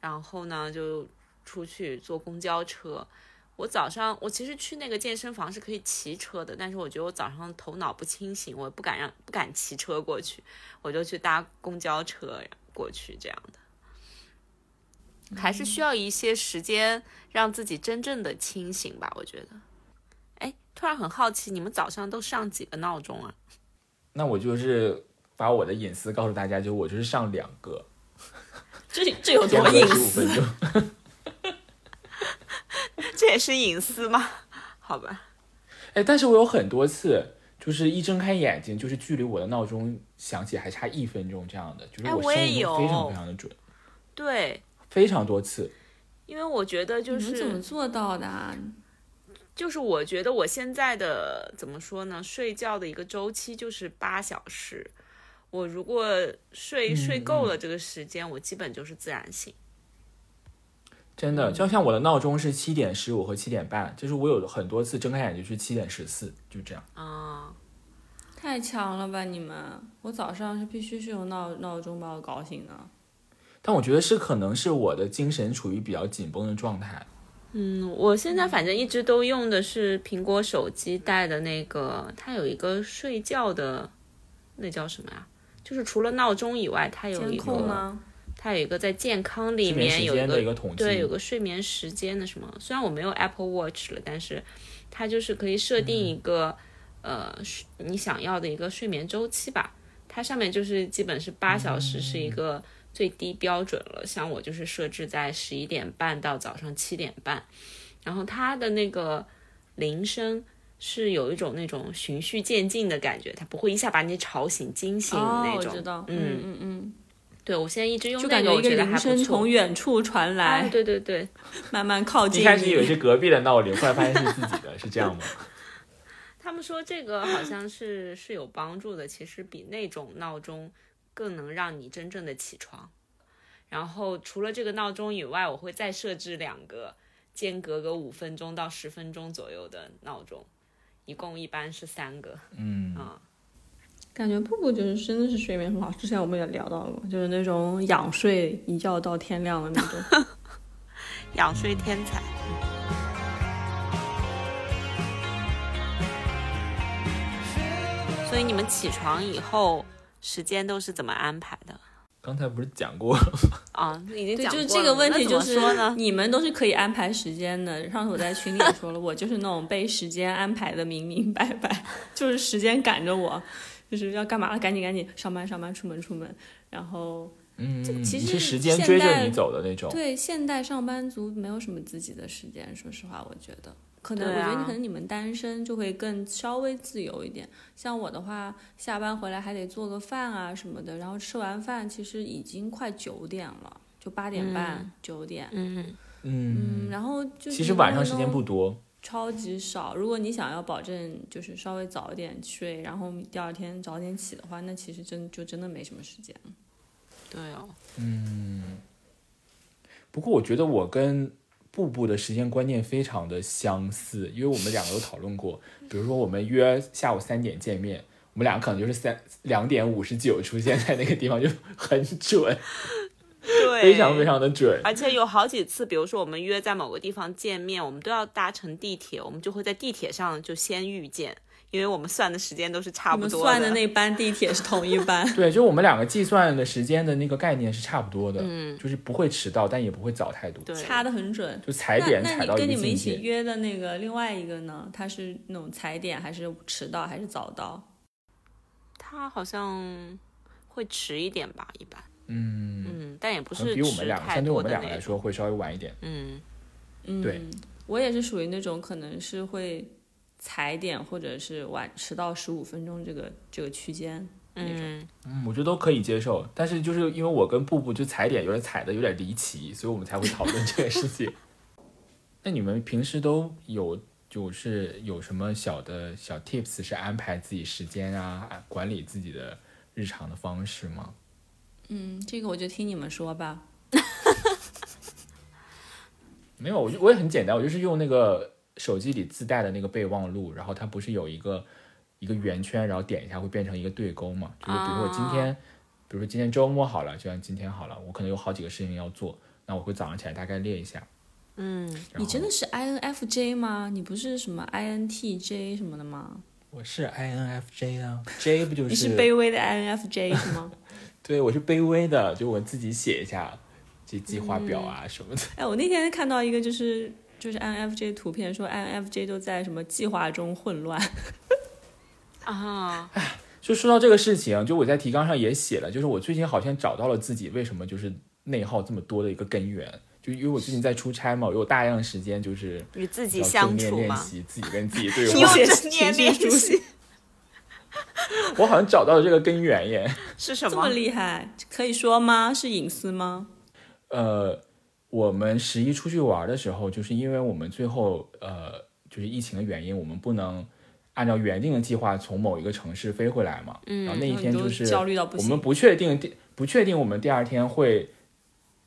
[SPEAKER 3] 然后呢就出去坐公交车。我早上我其实去那个健身房是可以骑车的，但是我觉得我早上头脑不清醒，我不敢让不敢骑车过去，我就去搭公交车过去这样的。还是需要一些时间让自己真正的清醒吧，我觉得。哎，突然很好奇，你们早上都上几个闹钟啊？
[SPEAKER 1] 那我就是把我的隐私告诉大家，就是我就是上两个，
[SPEAKER 2] 这这有
[SPEAKER 1] 间
[SPEAKER 2] 多
[SPEAKER 1] 隔
[SPEAKER 2] 隐
[SPEAKER 1] 十五
[SPEAKER 2] 私
[SPEAKER 1] 分？钟。
[SPEAKER 3] 这也是隐私吗？ 好吧，
[SPEAKER 1] 哎，但是我有很多次，就是一睁开眼睛，就是距离我的闹钟响起还差一分钟这样的，就是
[SPEAKER 3] 哎
[SPEAKER 1] 我
[SPEAKER 3] 我
[SPEAKER 1] 生
[SPEAKER 3] 也
[SPEAKER 1] 物
[SPEAKER 3] 有
[SPEAKER 1] 钟非常非常的准，
[SPEAKER 3] 对，
[SPEAKER 1] 非常多次。
[SPEAKER 3] 因为我觉得就
[SPEAKER 2] 你们
[SPEAKER 3] 是
[SPEAKER 2] 怎么做到的、啊？
[SPEAKER 3] 就是我觉得我现在的怎么说呢？睡觉的一个周期就是八小时。我如果
[SPEAKER 2] 嗯
[SPEAKER 3] 睡睡够了这个时间，我基本就是自然醒。
[SPEAKER 1] 真
[SPEAKER 3] 嗯
[SPEAKER 1] 的，就像我的闹钟是七点十五和七点半，就是我有很多次睁开眼睛是七点十四，就这样。
[SPEAKER 3] 啊、
[SPEAKER 2] 太强了吧你们！我早上是必须是用闹闹钟把我搞醒的。
[SPEAKER 1] 但我觉得是可能是我的精神处于比较紧绷的状态。
[SPEAKER 3] 嗯，我现在反正一直都用的是苹果手机带的那个，它有一个睡觉的，那叫什么呀？就是除了闹钟以外，它有
[SPEAKER 2] 监
[SPEAKER 3] 一
[SPEAKER 2] 控
[SPEAKER 3] 个，
[SPEAKER 2] 吗？
[SPEAKER 3] 它有一个在健康里
[SPEAKER 1] 睡眠
[SPEAKER 3] 面
[SPEAKER 1] 时
[SPEAKER 3] 有一
[SPEAKER 1] 间
[SPEAKER 3] 个
[SPEAKER 1] 的一个统计，
[SPEAKER 3] 对，有个睡眠时间的什么，虽然我没有 Apple Watch 了，但是它就是可以设定
[SPEAKER 1] 嗯
[SPEAKER 3] 一个、呃睡你想要的一个睡眠周期吧。它上面就是基本是八小时是
[SPEAKER 1] 嗯
[SPEAKER 3] 一个最低标准了，像我就是设置在十一点半到早上七点半，然后它的那个铃声。是有一种那种循序渐进的感觉，它不会一下把你吵醒、惊醒的
[SPEAKER 2] 哦，
[SPEAKER 3] 那
[SPEAKER 2] 我
[SPEAKER 3] 种。
[SPEAKER 2] 知道，
[SPEAKER 3] 嗯，
[SPEAKER 2] 嗯嗯
[SPEAKER 3] 对我现在一直用
[SPEAKER 2] 嗯，就
[SPEAKER 3] 那
[SPEAKER 2] 感觉
[SPEAKER 3] 我
[SPEAKER 2] 一个
[SPEAKER 3] 觉得还
[SPEAKER 2] 铃
[SPEAKER 3] 不
[SPEAKER 2] 声
[SPEAKER 3] 错
[SPEAKER 2] 从远处传
[SPEAKER 3] 哎，
[SPEAKER 2] 来，
[SPEAKER 3] 对对对，
[SPEAKER 2] 慢慢靠近
[SPEAKER 1] 一开始以为是隔壁的闹铃，后来发现是自己的，是这样吗？
[SPEAKER 3] 他们说这个好像是是有帮助的，其实比那种闹钟更能让你真正的起床。然后除了这个闹钟以外，我会再设置两个，间隔个五分钟到十分钟左右的闹钟，一共一般是三个。
[SPEAKER 1] 嗯，
[SPEAKER 3] 啊、
[SPEAKER 2] 感觉瀑布就是真的是睡眠很好，之前我们也聊到过，就是那种仰睡一觉到天亮的那种。
[SPEAKER 3] 仰睡天才。所以你们起床以后，时间都是怎么安排的？
[SPEAKER 1] 刚才不是讲过，
[SPEAKER 3] 啊，已经
[SPEAKER 2] 对，
[SPEAKER 3] 讲
[SPEAKER 2] 就是
[SPEAKER 3] 过
[SPEAKER 2] 这个
[SPEAKER 3] 了
[SPEAKER 2] 问
[SPEAKER 3] 那
[SPEAKER 2] 题，
[SPEAKER 3] 怎
[SPEAKER 2] 就
[SPEAKER 3] 么
[SPEAKER 2] 是
[SPEAKER 3] 说呢？
[SPEAKER 2] 你们都是可以安排时间的。上次我在群里也说了，我就是那种被时间安排的明明白白，就是时间赶着我，就是要干嘛了，赶紧赶紧上班上班，出门出门。然后
[SPEAKER 1] 嗯，
[SPEAKER 2] 其实
[SPEAKER 1] 你是时间
[SPEAKER 2] 现
[SPEAKER 1] 追着
[SPEAKER 2] 在
[SPEAKER 1] 你走的那种。嗯
[SPEAKER 2] 对现代上班族没有什么自己的时间，说实话，我觉得可能、
[SPEAKER 3] 对
[SPEAKER 2] 我觉
[SPEAKER 3] 啊
[SPEAKER 2] 得可能你们单身就会更稍微自由一点。像我的话，下班回来还得做个饭啊什么的，然后吃完饭其实已经快九点了，就八点半
[SPEAKER 3] 嗯
[SPEAKER 2] 九、点。
[SPEAKER 3] 嗯。
[SPEAKER 1] 嗯，
[SPEAKER 2] 嗯，然后就
[SPEAKER 1] 其
[SPEAKER 2] 是
[SPEAKER 1] 实晚上时间
[SPEAKER 2] 弄
[SPEAKER 1] 不多，
[SPEAKER 2] 超级少。如果你想要保证就是稍微早一点睡，然后第二天早点起的话，那其实真就真的没什么时间了。
[SPEAKER 3] 对哦，
[SPEAKER 1] 不过我觉得我跟布布的时间观念非常的相似，因为我们两个有讨论过，比如说我们约下午三点见面，我们俩可能就是三两点五十九出现在那个地方，就很准，
[SPEAKER 3] 对，
[SPEAKER 1] 非常非。常的准。
[SPEAKER 3] 而且有好几次，比如说我们约在某个地方见面，我们都要搭乘地铁，我们就会在地铁上就先遇见，因为我们算的时间都是差
[SPEAKER 2] 我
[SPEAKER 3] 不
[SPEAKER 2] 们
[SPEAKER 3] 多
[SPEAKER 2] 算的那班地铁是同 一班。
[SPEAKER 1] 对，就我们两个计算的时间的那个概念是差不多的，嗯，就是不会迟到，但也不会早太多，
[SPEAKER 3] 对
[SPEAKER 2] 掐的很准。
[SPEAKER 1] 就踩点
[SPEAKER 2] 那
[SPEAKER 1] 踩
[SPEAKER 2] 那
[SPEAKER 1] 到
[SPEAKER 2] 你
[SPEAKER 1] 一
[SPEAKER 2] 跟
[SPEAKER 1] 个
[SPEAKER 2] 你们一
[SPEAKER 1] 境
[SPEAKER 2] 起
[SPEAKER 1] 界。
[SPEAKER 2] 约的那个另外一个呢？他是那种踩点还是迟到还是早到？
[SPEAKER 3] 他好像会迟一点吧，一般。
[SPEAKER 1] 嗯，
[SPEAKER 3] 嗯，但也不
[SPEAKER 1] 可能
[SPEAKER 3] 是
[SPEAKER 1] 比我们
[SPEAKER 3] 迟
[SPEAKER 1] 两个
[SPEAKER 3] 太
[SPEAKER 1] 相对我
[SPEAKER 3] 多
[SPEAKER 1] 们
[SPEAKER 3] 的
[SPEAKER 1] 两个
[SPEAKER 3] 那
[SPEAKER 1] 来
[SPEAKER 3] 种。
[SPEAKER 1] 说会稍微晚一点。
[SPEAKER 3] 嗯，
[SPEAKER 2] 嗯，
[SPEAKER 1] 对，
[SPEAKER 2] 我也是属于那种可能是会踩点或者是晚迟到十五分钟这个这个区间那种。
[SPEAKER 3] 嗯，
[SPEAKER 1] 嗯，我觉得都可以接受，但是就是因为我跟布布就踩点有点踩的有点离奇，所以我们才会讨论这个事情。 那你们平时都有就是有什么小的小 tips 是安排自己时间啊，管理自己的日常的方式吗？
[SPEAKER 2] 嗯，这个我就听你们说吧。
[SPEAKER 1] 没有，我就我也很简单，我就是用那个手机里自带的那个备忘录，然后它不是有一个一个圆圈，然后点一下会变成一个对勾嘛？
[SPEAKER 2] 啊
[SPEAKER 1] 就是比如我今天，比如说今天周末好了，就像今天好了，我可能有好几个事情要做，那我会早上起来大概列一下。
[SPEAKER 3] 嗯，
[SPEAKER 1] 然
[SPEAKER 2] 你
[SPEAKER 1] 后
[SPEAKER 2] 真的是 INFJ 吗？你不是什么 INTJ 什么的吗？
[SPEAKER 1] 我是 INFJ 啊，J 不就
[SPEAKER 2] 你是卑微的 INFJ 是吗？
[SPEAKER 1] 对，我是卑微的，就我自己写一下这计划表啊什么的。
[SPEAKER 2] 哎，我那天看到一个就是就是 INFJ 图片，说 INFJ 都在什么计划中混乱。
[SPEAKER 3] 啊，
[SPEAKER 1] 就说到这个事情，就我在提纲上也写了，就是我最近好像找到了自己为什么就是内耗这么多的一个根源，就因为我最近在出差嘛，我有大量时间就是
[SPEAKER 3] 与自己
[SPEAKER 1] 要
[SPEAKER 3] 相
[SPEAKER 1] 正面
[SPEAKER 3] 处
[SPEAKER 1] 练
[SPEAKER 3] 吗？
[SPEAKER 1] 习，自己跟自己 对
[SPEAKER 3] 又
[SPEAKER 1] 话。
[SPEAKER 2] 写
[SPEAKER 3] 正
[SPEAKER 2] 情
[SPEAKER 3] 念
[SPEAKER 2] 绪
[SPEAKER 3] 练
[SPEAKER 2] 书
[SPEAKER 3] 习
[SPEAKER 1] 我好像找到了这个根源耶。
[SPEAKER 3] 是什
[SPEAKER 2] 这
[SPEAKER 3] 么
[SPEAKER 2] 么？厉害，可以说吗？是隐私吗？
[SPEAKER 1] 呃，我们十一出去玩的时候，就是因为我们最后呃，就是疫情的原因，我们不能按照原定的计划从某一个城市飞回来嘛。嗯然后那一
[SPEAKER 2] 然后
[SPEAKER 1] 天
[SPEAKER 2] 你都
[SPEAKER 1] 就是
[SPEAKER 2] 焦虑到不
[SPEAKER 1] 我
[SPEAKER 2] 行
[SPEAKER 1] 们不确定第不确定我们第二天会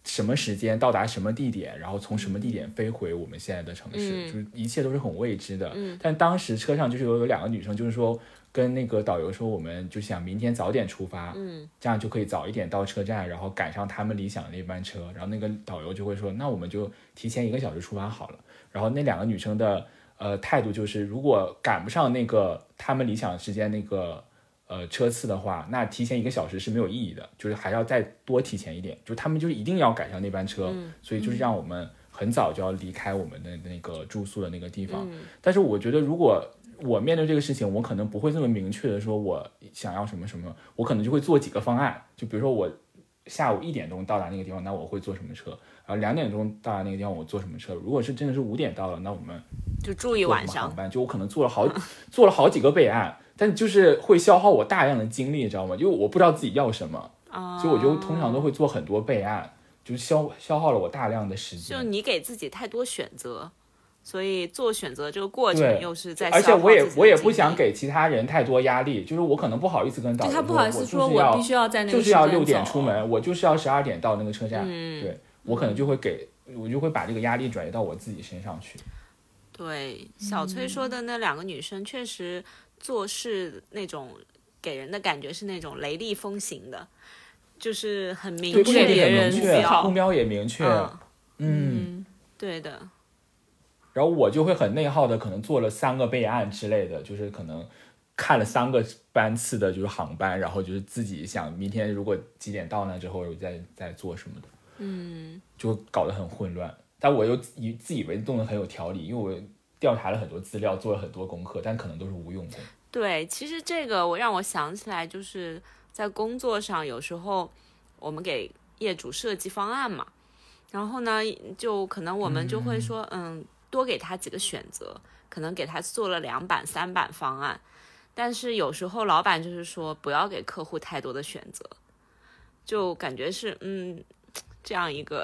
[SPEAKER 1] 什么时间到达什么地点，然后从什么地点飞回我们现在的城市，
[SPEAKER 2] 嗯
[SPEAKER 1] 就是一切都是很未知的。嗯、但当时车上就是有有两个女生，就是说跟那个导游说，我们就想明天早点出发，嗯，这样就可以早一点到车站，然后赶上他们理想的那班车。然后那个导游就会说，那我们就提前一个小时出发好了。然后那两个女生的呃态度就是，如果赶不上那个他们理想时间那个呃车次的话，那提前一个小时是没有意义的，就是还要再多提前一点，就是他们就是一定要赶上那班车，所以就是让我们很早就要离开我们的那个住宿的那个地方。但是我觉得，如果我面对这个事情，我可能不会这么明确的说我想要什么什么，我可能就会做几个方案，就比如说我。下午一点钟到达那个地方，那我会坐什么车？然后两点钟到达那个地方，我坐什么车？如果是真的是五点到了，那我们
[SPEAKER 3] 就住一
[SPEAKER 1] 坐什
[SPEAKER 3] 晚
[SPEAKER 1] 么
[SPEAKER 3] 上
[SPEAKER 1] 航。班，就我可能做了好做了好几个备案，但就是会消耗我大量的精力，你知道吗？因为我不知道自己要什么，
[SPEAKER 3] 哦
[SPEAKER 1] 所以我就通常都会做很多备案，就是消消耗了我大量的时
[SPEAKER 3] 就
[SPEAKER 1] 间。
[SPEAKER 3] 你给自己太多选择，所以做选择这个过程
[SPEAKER 1] 对
[SPEAKER 3] 又是在
[SPEAKER 1] 而且
[SPEAKER 3] 消耗
[SPEAKER 1] 我也
[SPEAKER 3] 自己的
[SPEAKER 1] 我也
[SPEAKER 3] 精
[SPEAKER 1] 不
[SPEAKER 3] 力
[SPEAKER 1] 想给其他人太多压力，就是我可能不好意思跟导
[SPEAKER 2] 就
[SPEAKER 1] 游
[SPEAKER 2] 他不好意思
[SPEAKER 1] 说，
[SPEAKER 2] 说，我
[SPEAKER 1] 我
[SPEAKER 2] 必须要在那
[SPEAKER 1] 就
[SPEAKER 2] 个
[SPEAKER 1] 是
[SPEAKER 2] 时
[SPEAKER 1] 要
[SPEAKER 2] 间
[SPEAKER 1] 六点
[SPEAKER 2] 走嗯
[SPEAKER 1] 出。门，我就是要十二点到那个车站。
[SPEAKER 3] 嗯
[SPEAKER 1] 对我可能就会给我就会把这个压力转移到我自己身上去。
[SPEAKER 3] 对，小
[SPEAKER 1] 嗯
[SPEAKER 3] 崔说的那两个女生确实做事那种给人的感觉是那种雷厉风行的，就是很明
[SPEAKER 1] 对，目
[SPEAKER 3] 确
[SPEAKER 1] 的
[SPEAKER 3] 别
[SPEAKER 1] 很
[SPEAKER 3] 人
[SPEAKER 1] 明
[SPEAKER 3] 目
[SPEAKER 1] 确，目
[SPEAKER 3] 标。
[SPEAKER 1] 标也明确。
[SPEAKER 3] 嗯，
[SPEAKER 1] 嗯
[SPEAKER 2] 嗯，
[SPEAKER 3] 对的，
[SPEAKER 1] 然后我就会很内耗的，可能做了三个备案之类的，就是可能看了三个班次的，就是航班，然后就是自己想明天如果几点到那之后再再做什么的，嗯，就搞得很混乱。但我又以自以为弄得很有条理，因为我调查了很多资料，做了很多功课，但可能都是无用功。
[SPEAKER 3] 对，其实这个我让我想起来，就是在工作上，有时候我们给业主设计方案嘛，然后呢，就可能我们就会说，嗯，多给他几个选择，可能给他做了两版、三版方案，但是有时候老板就是说，不要给客户太多的选择，就感觉是，嗯，这样一个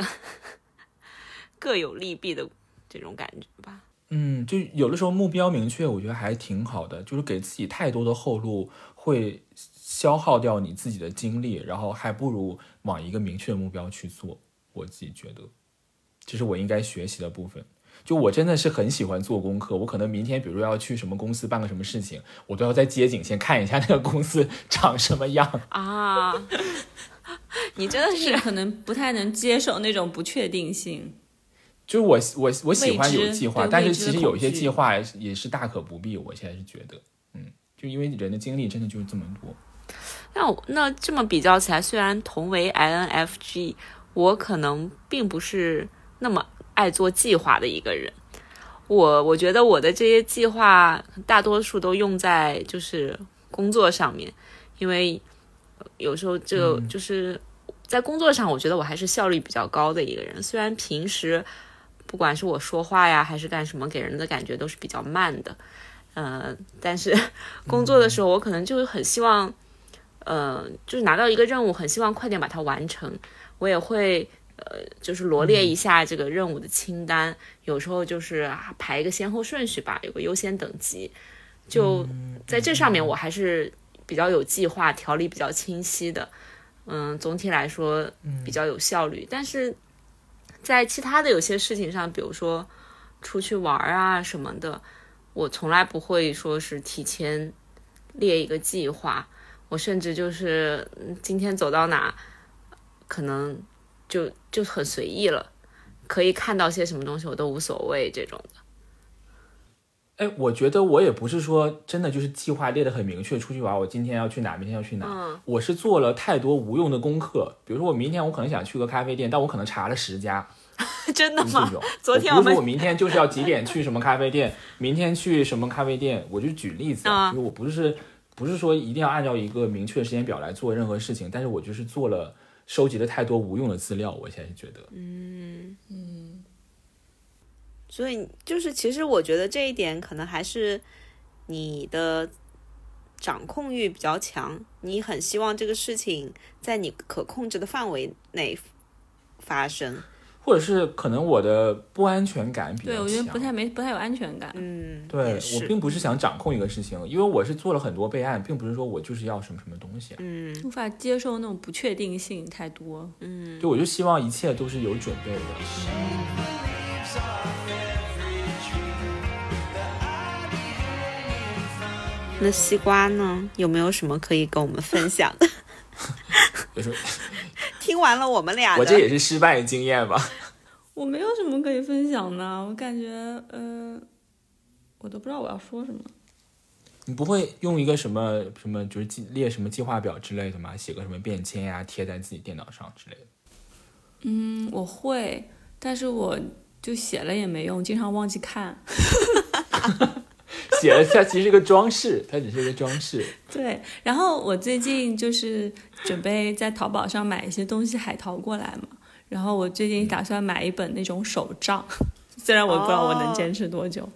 [SPEAKER 3] 各有利弊的这种感觉吧。
[SPEAKER 1] 嗯，就有的时候目标明确，我觉得还挺好的，就是给自己太多的后路会消耗掉你自己的精力，然后还不如往一个明确的目标去做。我自己觉得，这是我应该学习的部分。就我真的是很喜欢做功课，我可能明天比如说要去什么公司办个什么事情，我都要在街景先看一下那个公司 长什么样。
[SPEAKER 3] 啊， 你真的
[SPEAKER 2] 就是你可能不太能接受那种不确定性。
[SPEAKER 1] 就是我我我喜欢有
[SPEAKER 2] 未知
[SPEAKER 1] 计划，
[SPEAKER 2] 对
[SPEAKER 1] 但是
[SPEAKER 2] 未
[SPEAKER 1] 其
[SPEAKER 2] 知的
[SPEAKER 1] 实有
[SPEAKER 2] 恐
[SPEAKER 1] 一些
[SPEAKER 2] 惧
[SPEAKER 1] 计划也是大可不必。我现在是觉得，嗯，就因为人的精力真的就是这么多。
[SPEAKER 3] 那我那这么比较起来，虽然同为 INFG，我可能并不是那么爱做计划的一个人。我我觉得我的这些计划大多数都用在就是工作上面，因为呃有时候这个就是在工作上，我觉得我还是效率比较高的一个人。虽然平时不管是我说话呀，还是干什么，给人的感觉都是比较慢的，嗯、但是工作的时候，我可能就很希望呃，就是拿到一个任务，很希望快点把它完成。我也会呃，就是罗列一下这个任务的清单，有时候就是、啊、排一个先后顺序吧，有个优先等级。就在这上面，我还是比较有计划，条理比较清晰的。嗯，总体来说比较有效率。但是在其他的有些事情上，比如说出去玩儿啊什么的，我从来不会说是提前列一个计划。我甚至就是嗯今天走到哪，可能就就很随意了，可以看到些什么东西我都无所谓这种的。
[SPEAKER 1] 哎，我觉得我也不是说真的就是计划列得很明确，出去玩我今天要去哪，明天要去哪。
[SPEAKER 3] 嗯
[SPEAKER 1] 我是做了太多无用的功课，比如说我明天我可能想去个咖啡店，但我可能查了十家，
[SPEAKER 3] 真的
[SPEAKER 1] 就是这
[SPEAKER 3] 吗？
[SPEAKER 1] 种。
[SPEAKER 3] 昨天
[SPEAKER 1] 我
[SPEAKER 3] 我
[SPEAKER 1] 不是
[SPEAKER 3] 们
[SPEAKER 1] 说我明天就是要几点去什么咖啡店，明天去什么咖啡店，我就举例子，
[SPEAKER 2] 嗯
[SPEAKER 3] 啊
[SPEAKER 1] 就是我不是不是说一定要按照一个明确的时间表来做任何事情，但是我就是做了收集了太多无用的资料，我现在觉得，
[SPEAKER 2] 嗯
[SPEAKER 3] 所以就是，其实我觉得这一点可能还是你的掌控欲比较强，你很希望这个事情在你可控制的范围内发生。
[SPEAKER 1] 或者是可能我的不安全感比较
[SPEAKER 2] 对，
[SPEAKER 1] 强。
[SPEAKER 2] 我觉得不太没不太有安全感。
[SPEAKER 3] 嗯，
[SPEAKER 1] 对
[SPEAKER 3] 也
[SPEAKER 1] 我
[SPEAKER 3] 是，
[SPEAKER 1] 并不是想掌控一个事情，因为我是做了很多备案，并不是说我就是要什么什么东西，
[SPEAKER 3] 嗯
[SPEAKER 2] 无法接受那种不确定性太多，
[SPEAKER 3] 嗯，
[SPEAKER 1] 就我就希望一切都是有准备的。
[SPEAKER 3] 那西瓜呢？有没有什么可以跟我们分享的？
[SPEAKER 1] 也是
[SPEAKER 3] 听完了我们俩
[SPEAKER 1] 我
[SPEAKER 3] 的，
[SPEAKER 1] 这也是失败的经验吧。
[SPEAKER 2] 我没有什么可以分享的，啊我感觉，呃，我都不知道我要说什么。
[SPEAKER 1] 你不会用一个什么什么就是计列什么计划表之类的吗？写个什么便签呀、贴在自己电脑上之类的。
[SPEAKER 2] 嗯，我会，但是我就写了也没用，经常忘记看。
[SPEAKER 1] 写了它其实是个装饰，它只是一个装饰。
[SPEAKER 2] 对，然后我最近就是准备在淘宝上买一些东西海淘过来嘛，然后我最近打算买一本那种手账， 虽然我不知道我能坚持多久，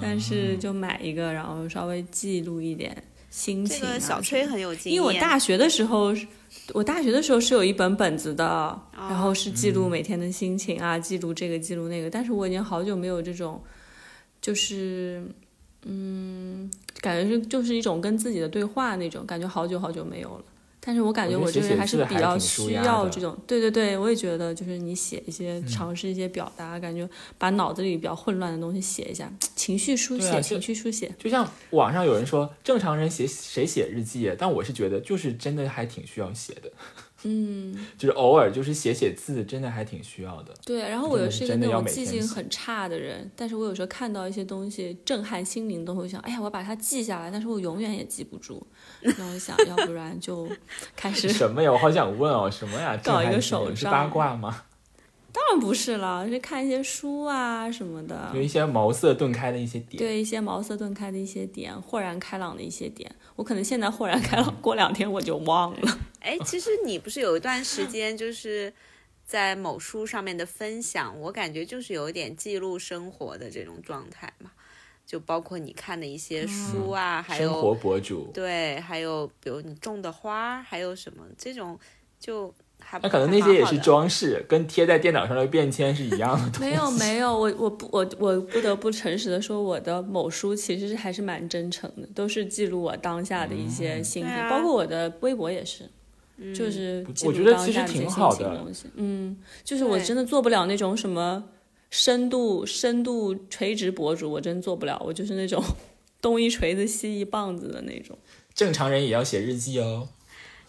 [SPEAKER 2] 但是就买一个，然后稍微记录一点心
[SPEAKER 3] 这
[SPEAKER 2] 情、啊。
[SPEAKER 3] 个小崔很有经验，
[SPEAKER 2] 因为我大学的时候，我大学的时候是有一本本子的，
[SPEAKER 3] 哦
[SPEAKER 2] 然后是记录每天的心情啊，
[SPEAKER 3] 嗯
[SPEAKER 2] 记录这个，记录那个。但是我已经好久没有这种，就是嗯，感觉是就是一种跟自己的对话那种感觉，好久好久没有了。但是我感觉
[SPEAKER 1] 我
[SPEAKER 2] 我
[SPEAKER 1] 觉
[SPEAKER 2] 这
[SPEAKER 1] 得
[SPEAKER 2] 个
[SPEAKER 1] 写
[SPEAKER 2] 人
[SPEAKER 1] 写
[SPEAKER 2] 还
[SPEAKER 1] 字
[SPEAKER 2] 是比
[SPEAKER 1] 还
[SPEAKER 2] 较
[SPEAKER 1] 挺舒
[SPEAKER 2] 需
[SPEAKER 1] 压
[SPEAKER 2] 要
[SPEAKER 1] 的
[SPEAKER 2] 这种，对对对，我也觉得就是你写一些尝试一些表达，感觉把脑子里比较混乱的东西写一下，情绪书
[SPEAKER 1] 对
[SPEAKER 2] 写，
[SPEAKER 1] 啊这
[SPEAKER 2] 情绪书写，
[SPEAKER 1] 就像网上有人说，正常人写谁写日记啊？但我是觉得，就是真的还挺需要写的，
[SPEAKER 2] 嗯。
[SPEAKER 1] 就是偶尔就是写写字，真的还挺需要的。
[SPEAKER 2] 对，然后
[SPEAKER 1] 真
[SPEAKER 2] 我
[SPEAKER 1] 的
[SPEAKER 2] 又
[SPEAKER 1] 是
[SPEAKER 2] 是一个
[SPEAKER 1] 真的
[SPEAKER 2] 那
[SPEAKER 1] 要
[SPEAKER 2] 种
[SPEAKER 1] 每
[SPEAKER 2] 记
[SPEAKER 1] 天
[SPEAKER 2] 性
[SPEAKER 1] 写
[SPEAKER 2] 很差的人，但是我有时候看到一些东西震撼心灵，都会想，哎呀，我把它记下来，但是我永远也记不住。然后我想，要不然就开始，
[SPEAKER 1] 什么呀？我好想问哦，什么呀？
[SPEAKER 2] 搞一
[SPEAKER 1] 震
[SPEAKER 2] 个
[SPEAKER 1] 撼心
[SPEAKER 2] 手
[SPEAKER 1] 灵是
[SPEAKER 2] 账
[SPEAKER 1] 八卦吗？
[SPEAKER 2] 当然 不是了，是看一些书啊什么的
[SPEAKER 1] 有，一些茅塞顿开的一些点。
[SPEAKER 2] 对一些茅塞顿开的一些点，豁然开朗的一些点，我可能现在豁然开
[SPEAKER 1] 嗯
[SPEAKER 2] 朗，过两天我就忘了。
[SPEAKER 3] 哎，其实你不是有一段时间就是在某书上面的分享，我感觉就是有一点记录生活的这种状态嘛，就包括你看的一
[SPEAKER 2] 嗯
[SPEAKER 3] 些书啊，还
[SPEAKER 1] 生活
[SPEAKER 3] 有
[SPEAKER 1] 博主，
[SPEAKER 3] 对，还有比如你种的花，还有什么这种就还
[SPEAKER 1] 那可能那些也是
[SPEAKER 3] 种
[SPEAKER 1] 装饰，跟贴在电脑上的便签是一样的。
[SPEAKER 2] 没有没有，我我不我我不得不诚实的说，我的某书其实是还是蛮真诚的，都是记录我当下的一些心理，
[SPEAKER 3] 对啊
[SPEAKER 2] 包括我的微博也是，就是记
[SPEAKER 1] 我觉
[SPEAKER 2] 嗯录
[SPEAKER 1] 得
[SPEAKER 2] 当
[SPEAKER 1] 其实
[SPEAKER 2] 下一些
[SPEAKER 1] 挺
[SPEAKER 2] 心
[SPEAKER 1] 好
[SPEAKER 2] 情
[SPEAKER 1] 的
[SPEAKER 2] 东西。嗯，就是我
[SPEAKER 3] 对
[SPEAKER 2] 真的做不了那种什么深度深度垂直博主，我真做不了，我就是那种 东一锤子西一棒子的那种。
[SPEAKER 1] 正常人也要写日记哦。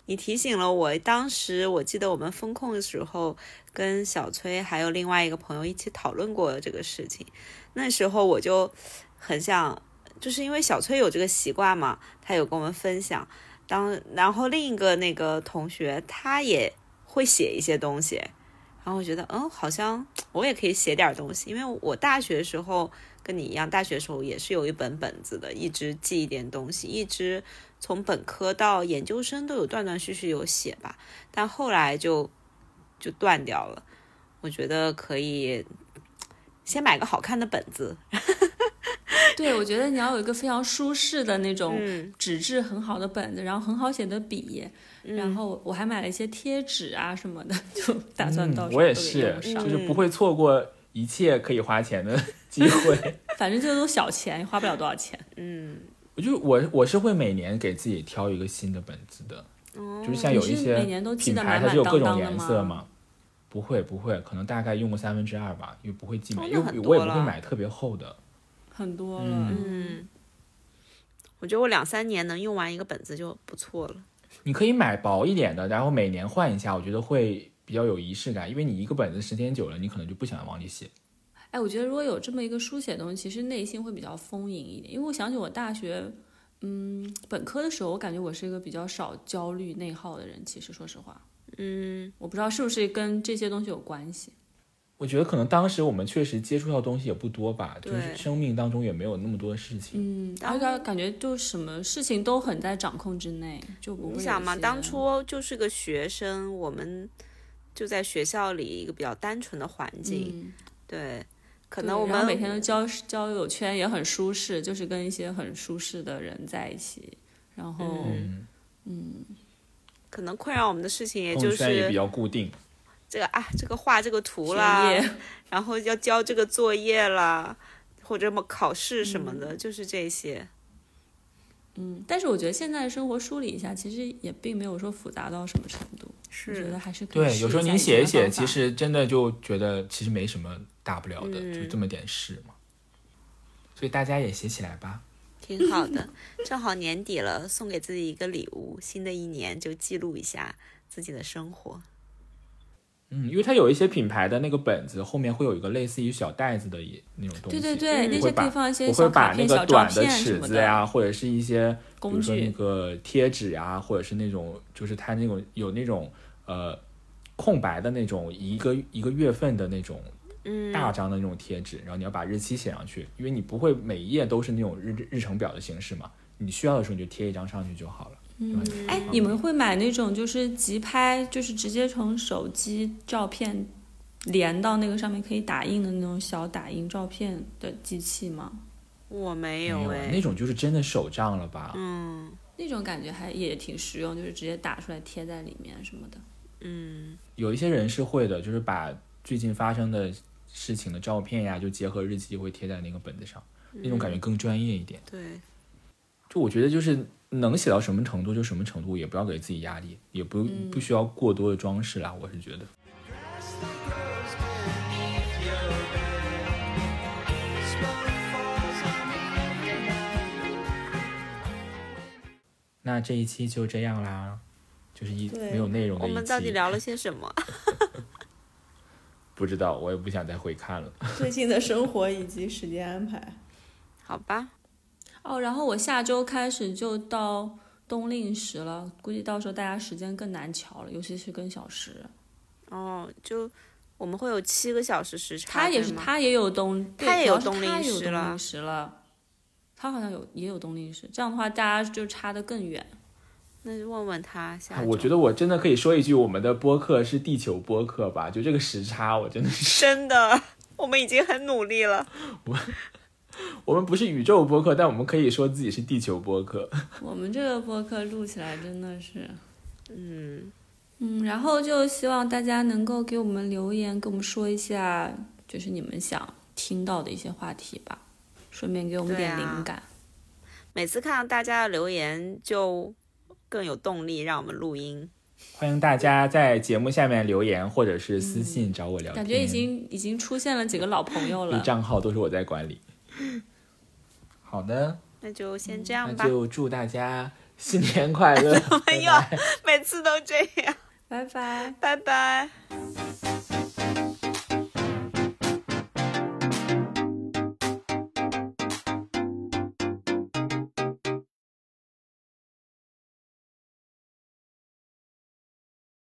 [SPEAKER 3] 你提醒了我，当时我记得我们风控的时候，跟小崔还有另外一个朋友一起讨论过这个事情。那时候我就很想，就是因为小崔有这个习惯嘛，他有跟我们分享。当然后另一个那个同学他也会写一些东西，然后我觉得，嗯，好像我也可以写点东西，因为我大学时候跟你一样，大学时候也是有一本本子的，一直记一点东西，一直从本科到研究生都有断断续续有写吧，但后来就就断掉了。我觉得可以先买个好看的本子，
[SPEAKER 2] 对，我觉得你要有一个非常舒适的那种
[SPEAKER 3] 嗯
[SPEAKER 2] 纸质很好的本子，然后很好写的笔，然后我还买了一些贴纸啊什么的，就打算到
[SPEAKER 1] 嗯
[SPEAKER 2] 时候
[SPEAKER 1] 我也
[SPEAKER 2] 都给用
[SPEAKER 1] 是，嗯
[SPEAKER 2] 上
[SPEAKER 1] 就是不会错过一切可以花钱的机 会。
[SPEAKER 2] 反正这都小钱，花不了多少钱。
[SPEAKER 3] 嗯，
[SPEAKER 1] 我就我我是会每年给自己挑一个新的本子的，就是像有一
[SPEAKER 2] 哦你是每
[SPEAKER 1] 些
[SPEAKER 2] 年都记
[SPEAKER 1] 品
[SPEAKER 2] 得
[SPEAKER 1] 牌
[SPEAKER 2] 满
[SPEAKER 1] 它
[SPEAKER 2] 满
[SPEAKER 1] 是有各
[SPEAKER 2] 当
[SPEAKER 1] 种
[SPEAKER 2] 当的
[SPEAKER 1] 颜色
[SPEAKER 2] 吗？
[SPEAKER 1] 嘛。不会不会，可能大概用过三分之二吧，因为不会记
[SPEAKER 3] 哦
[SPEAKER 1] 满，
[SPEAKER 3] 那
[SPEAKER 1] 因为
[SPEAKER 3] 很
[SPEAKER 1] 我也
[SPEAKER 3] 多
[SPEAKER 1] 不会
[SPEAKER 3] 了
[SPEAKER 1] 买特别厚的。
[SPEAKER 2] 很多了，嗯，
[SPEAKER 3] 嗯，我觉得我两三年能用完一个本子就不错了。
[SPEAKER 1] 你可以买薄一点的，然后每年换一下，我觉得会比比较有仪式感，因为你一个本子时间久了，你可能就不想往里写。
[SPEAKER 2] 哎，我觉得如果有这么一个书写的东西，其实内心会比较丰盈一点。因为我想起我大学，嗯，本科的时候，我感觉我是一个比较少焦虑内耗的人。其实说实话，
[SPEAKER 3] 嗯，
[SPEAKER 2] 我不知道是不是跟这些东西有关系。
[SPEAKER 1] 我觉得可能当时我们确实接触到的东西也不多吧，就
[SPEAKER 3] 对
[SPEAKER 1] 是生命当中也没有那么多事情。
[SPEAKER 2] 嗯，而且感觉就什么事情都很在掌控之内，就不会有
[SPEAKER 3] 你想嘛，
[SPEAKER 2] 一些
[SPEAKER 3] 当初就是个学生，我们就在学校里一个比较单纯的环境，
[SPEAKER 2] 嗯，
[SPEAKER 3] 对，可
[SPEAKER 2] 对
[SPEAKER 3] 能我
[SPEAKER 2] 然后
[SPEAKER 3] 们
[SPEAKER 2] 每天都交交友圈也很舒适，就是跟一些很舒适的人在一起，然后
[SPEAKER 3] 嗯
[SPEAKER 1] 嗯，
[SPEAKER 3] 可能困扰我们的事情，也
[SPEAKER 1] 朋
[SPEAKER 3] 就
[SPEAKER 1] 友圈也比
[SPEAKER 3] 是
[SPEAKER 1] 较固定。
[SPEAKER 3] 这个啊，这个画这个图
[SPEAKER 2] 学
[SPEAKER 3] 啦，
[SPEAKER 2] 业
[SPEAKER 3] 然后要交这个作业啦，或者么考试什么的，就是这些。
[SPEAKER 2] 嗯，但是我觉得现在生活梳理一下，其实也并没有说复杂到什么程度。我觉得还是可以
[SPEAKER 1] 对，
[SPEAKER 2] 试
[SPEAKER 1] 有时候
[SPEAKER 2] 下
[SPEAKER 1] 你
[SPEAKER 2] 以
[SPEAKER 1] 写一
[SPEAKER 2] 前的
[SPEAKER 1] 写，
[SPEAKER 2] 方
[SPEAKER 1] 其
[SPEAKER 2] 法
[SPEAKER 1] 实真的就觉得其实没什么大不了的，就
[SPEAKER 2] 嗯
[SPEAKER 1] 这么点事嘛。所以大家也写起来吧。
[SPEAKER 3] 挺好的。 正好年底了，送给自己一个礼物，新的一年就记录一下自己的生活。
[SPEAKER 1] 嗯，因为它有一些品牌的那个本子后面会有一个类似于小袋子的也那种东西，
[SPEAKER 2] 对对对，
[SPEAKER 3] 嗯
[SPEAKER 2] 那
[SPEAKER 1] 我会
[SPEAKER 2] 些可
[SPEAKER 1] 把
[SPEAKER 2] 以放一些
[SPEAKER 1] 我会
[SPEAKER 2] 小
[SPEAKER 1] 把
[SPEAKER 2] 卡
[SPEAKER 1] 那
[SPEAKER 2] 片、
[SPEAKER 1] 个
[SPEAKER 2] 小照
[SPEAKER 1] 短
[SPEAKER 2] 片什
[SPEAKER 1] 尺
[SPEAKER 2] 么
[SPEAKER 1] 子
[SPEAKER 2] 的
[SPEAKER 1] 呀、或者是一些比
[SPEAKER 2] 工
[SPEAKER 1] 如说那
[SPEAKER 2] 具。
[SPEAKER 1] 个贴纸呀、或者是那种就是它那种有那种呃空白的那种一个一个月份的那种
[SPEAKER 3] 嗯，
[SPEAKER 1] 大张的那种贴纸，然后你要把日期写上去，因为你不会每一页都是那种日日程表的形式嘛，你需要的时候你就贴一张上去就好了。嗯，
[SPEAKER 2] 哎，你们会买那种就是即拍，就是直接从手机照片连到那个上面可以打印的那种小打印照片的机器吗？
[SPEAKER 3] 我没
[SPEAKER 1] 没
[SPEAKER 3] 有
[SPEAKER 1] 有啊
[SPEAKER 3] 哎
[SPEAKER 1] 那，种就是真的手账了吧？
[SPEAKER 3] 嗯
[SPEAKER 2] 那种感觉还也挺实用，就是直接打出来贴在里面什么的。
[SPEAKER 3] 嗯，
[SPEAKER 1] 有一些人是会的，就是把最近发生的事情的照片呀，就结合日记会贴在那个本子上，那种感
[SPEAKER 2] 嗯
[SPEAKER 1] 觉更专业一点。
[SPEAKER 3] 对，
[SPEAKER 1] 就我觉得就是能写到什么程度就什么程度，也不要给自己压力，也不、
[SPEAKER 3] 嗯
[SPEAKER 1] 不需要过多的装饰啦。我是觉得，那这一期就这样啦，就是一
[SPEAKER 2] 对
[SPEAKER 1] 没有内容的
[SPEAKER 3] 我
[SPEAKER 1] 一期。
[SPEAKER 3] 们到底聊了些什么？
[SPEAKER 1] 不知道，我也不想再回看了。
[SPEAKER 2] 最近的生活以及时间安排。
[SPEAKER 3] 好吧，
[SPEAKER 2] 哦，然后我下周开始就到冬令时了，估计到时候大家时间更难调了，尤其是跟小石，
[SPEAKER 3] 哦，就我们会有七个小时时差，
[SPEAKER 2] 他也
[SPEAKER 3] 对
[SPEAKER 2] 是
[SPEAKER 3] 吗
[SPEAKER 2] 他也有冬，对
[SPEAKER 3] 他也有
[SPEAKER 2] 主要
[SPEAKER 3] 冬
[SPEAKER 2] 是
[SPEAKER 3] 令
[SPEAKER 2] 他也有
[SPEAKER 3] 时
[SPEAKER 2] 冬
[SPEAKER 3] 了
[SPEAKER 2] 令时了，他好像有也有冬令时，这样的话大家就差得更远。
[SPEAKER 3] 那就问问他下周。
[SPEAKER 1] 啊我觉得我真的可以说一句，我们的播客是地球播客吧？就这个时差，我真的是，
[SPEAKER 3] 真的，我们已经很努力了。
[SPEAKER 1] 我们不是宇宙播客，但我们可以说自己是地球播客。
[SPEAKER 2] 我们这个播客录起来真的是。
[SPEAKER 3] 嗯，
[SPEAKER 2] 嗯，然后就希望大家能够给我们留言，跟我们说一下，就是你们想听到的一些话题吧，顺便给我们
[SPEAKER 3] 对
[SPEAKER 2] 点
[SPEAKER 3] 啊
[SPEAKER 2] 灵感。
[SPEAKER 3] 每次看到大家的留言，就更有动力让我们录音。
[SPEAKER 1] 欢迎大家在节目下面留言，或者是私信找我聊天。
[SPEAKER 2] 感觉已经已经出现了几个老朋友
[SPEAKER 1] 嗯这
[SPEAKER 2] 了。
[SPEAKER 1] 账号都是我在管理。好的，
[SPEAKER 3] 那就先
[SPEAKER 1] 嗯
[SPEAKER 3] 这
[SPEAKER 1] 那
[SPEAKER 3] 样吧，
[SPEAKER 1] 就祝大家新年快乐！
[SPEAKER 3] 哎呦，每次都这样，
[SPEAKER 2] 拜拜。
[SPEAKER 3] 拜拜。
[SPEAKER 4] Thank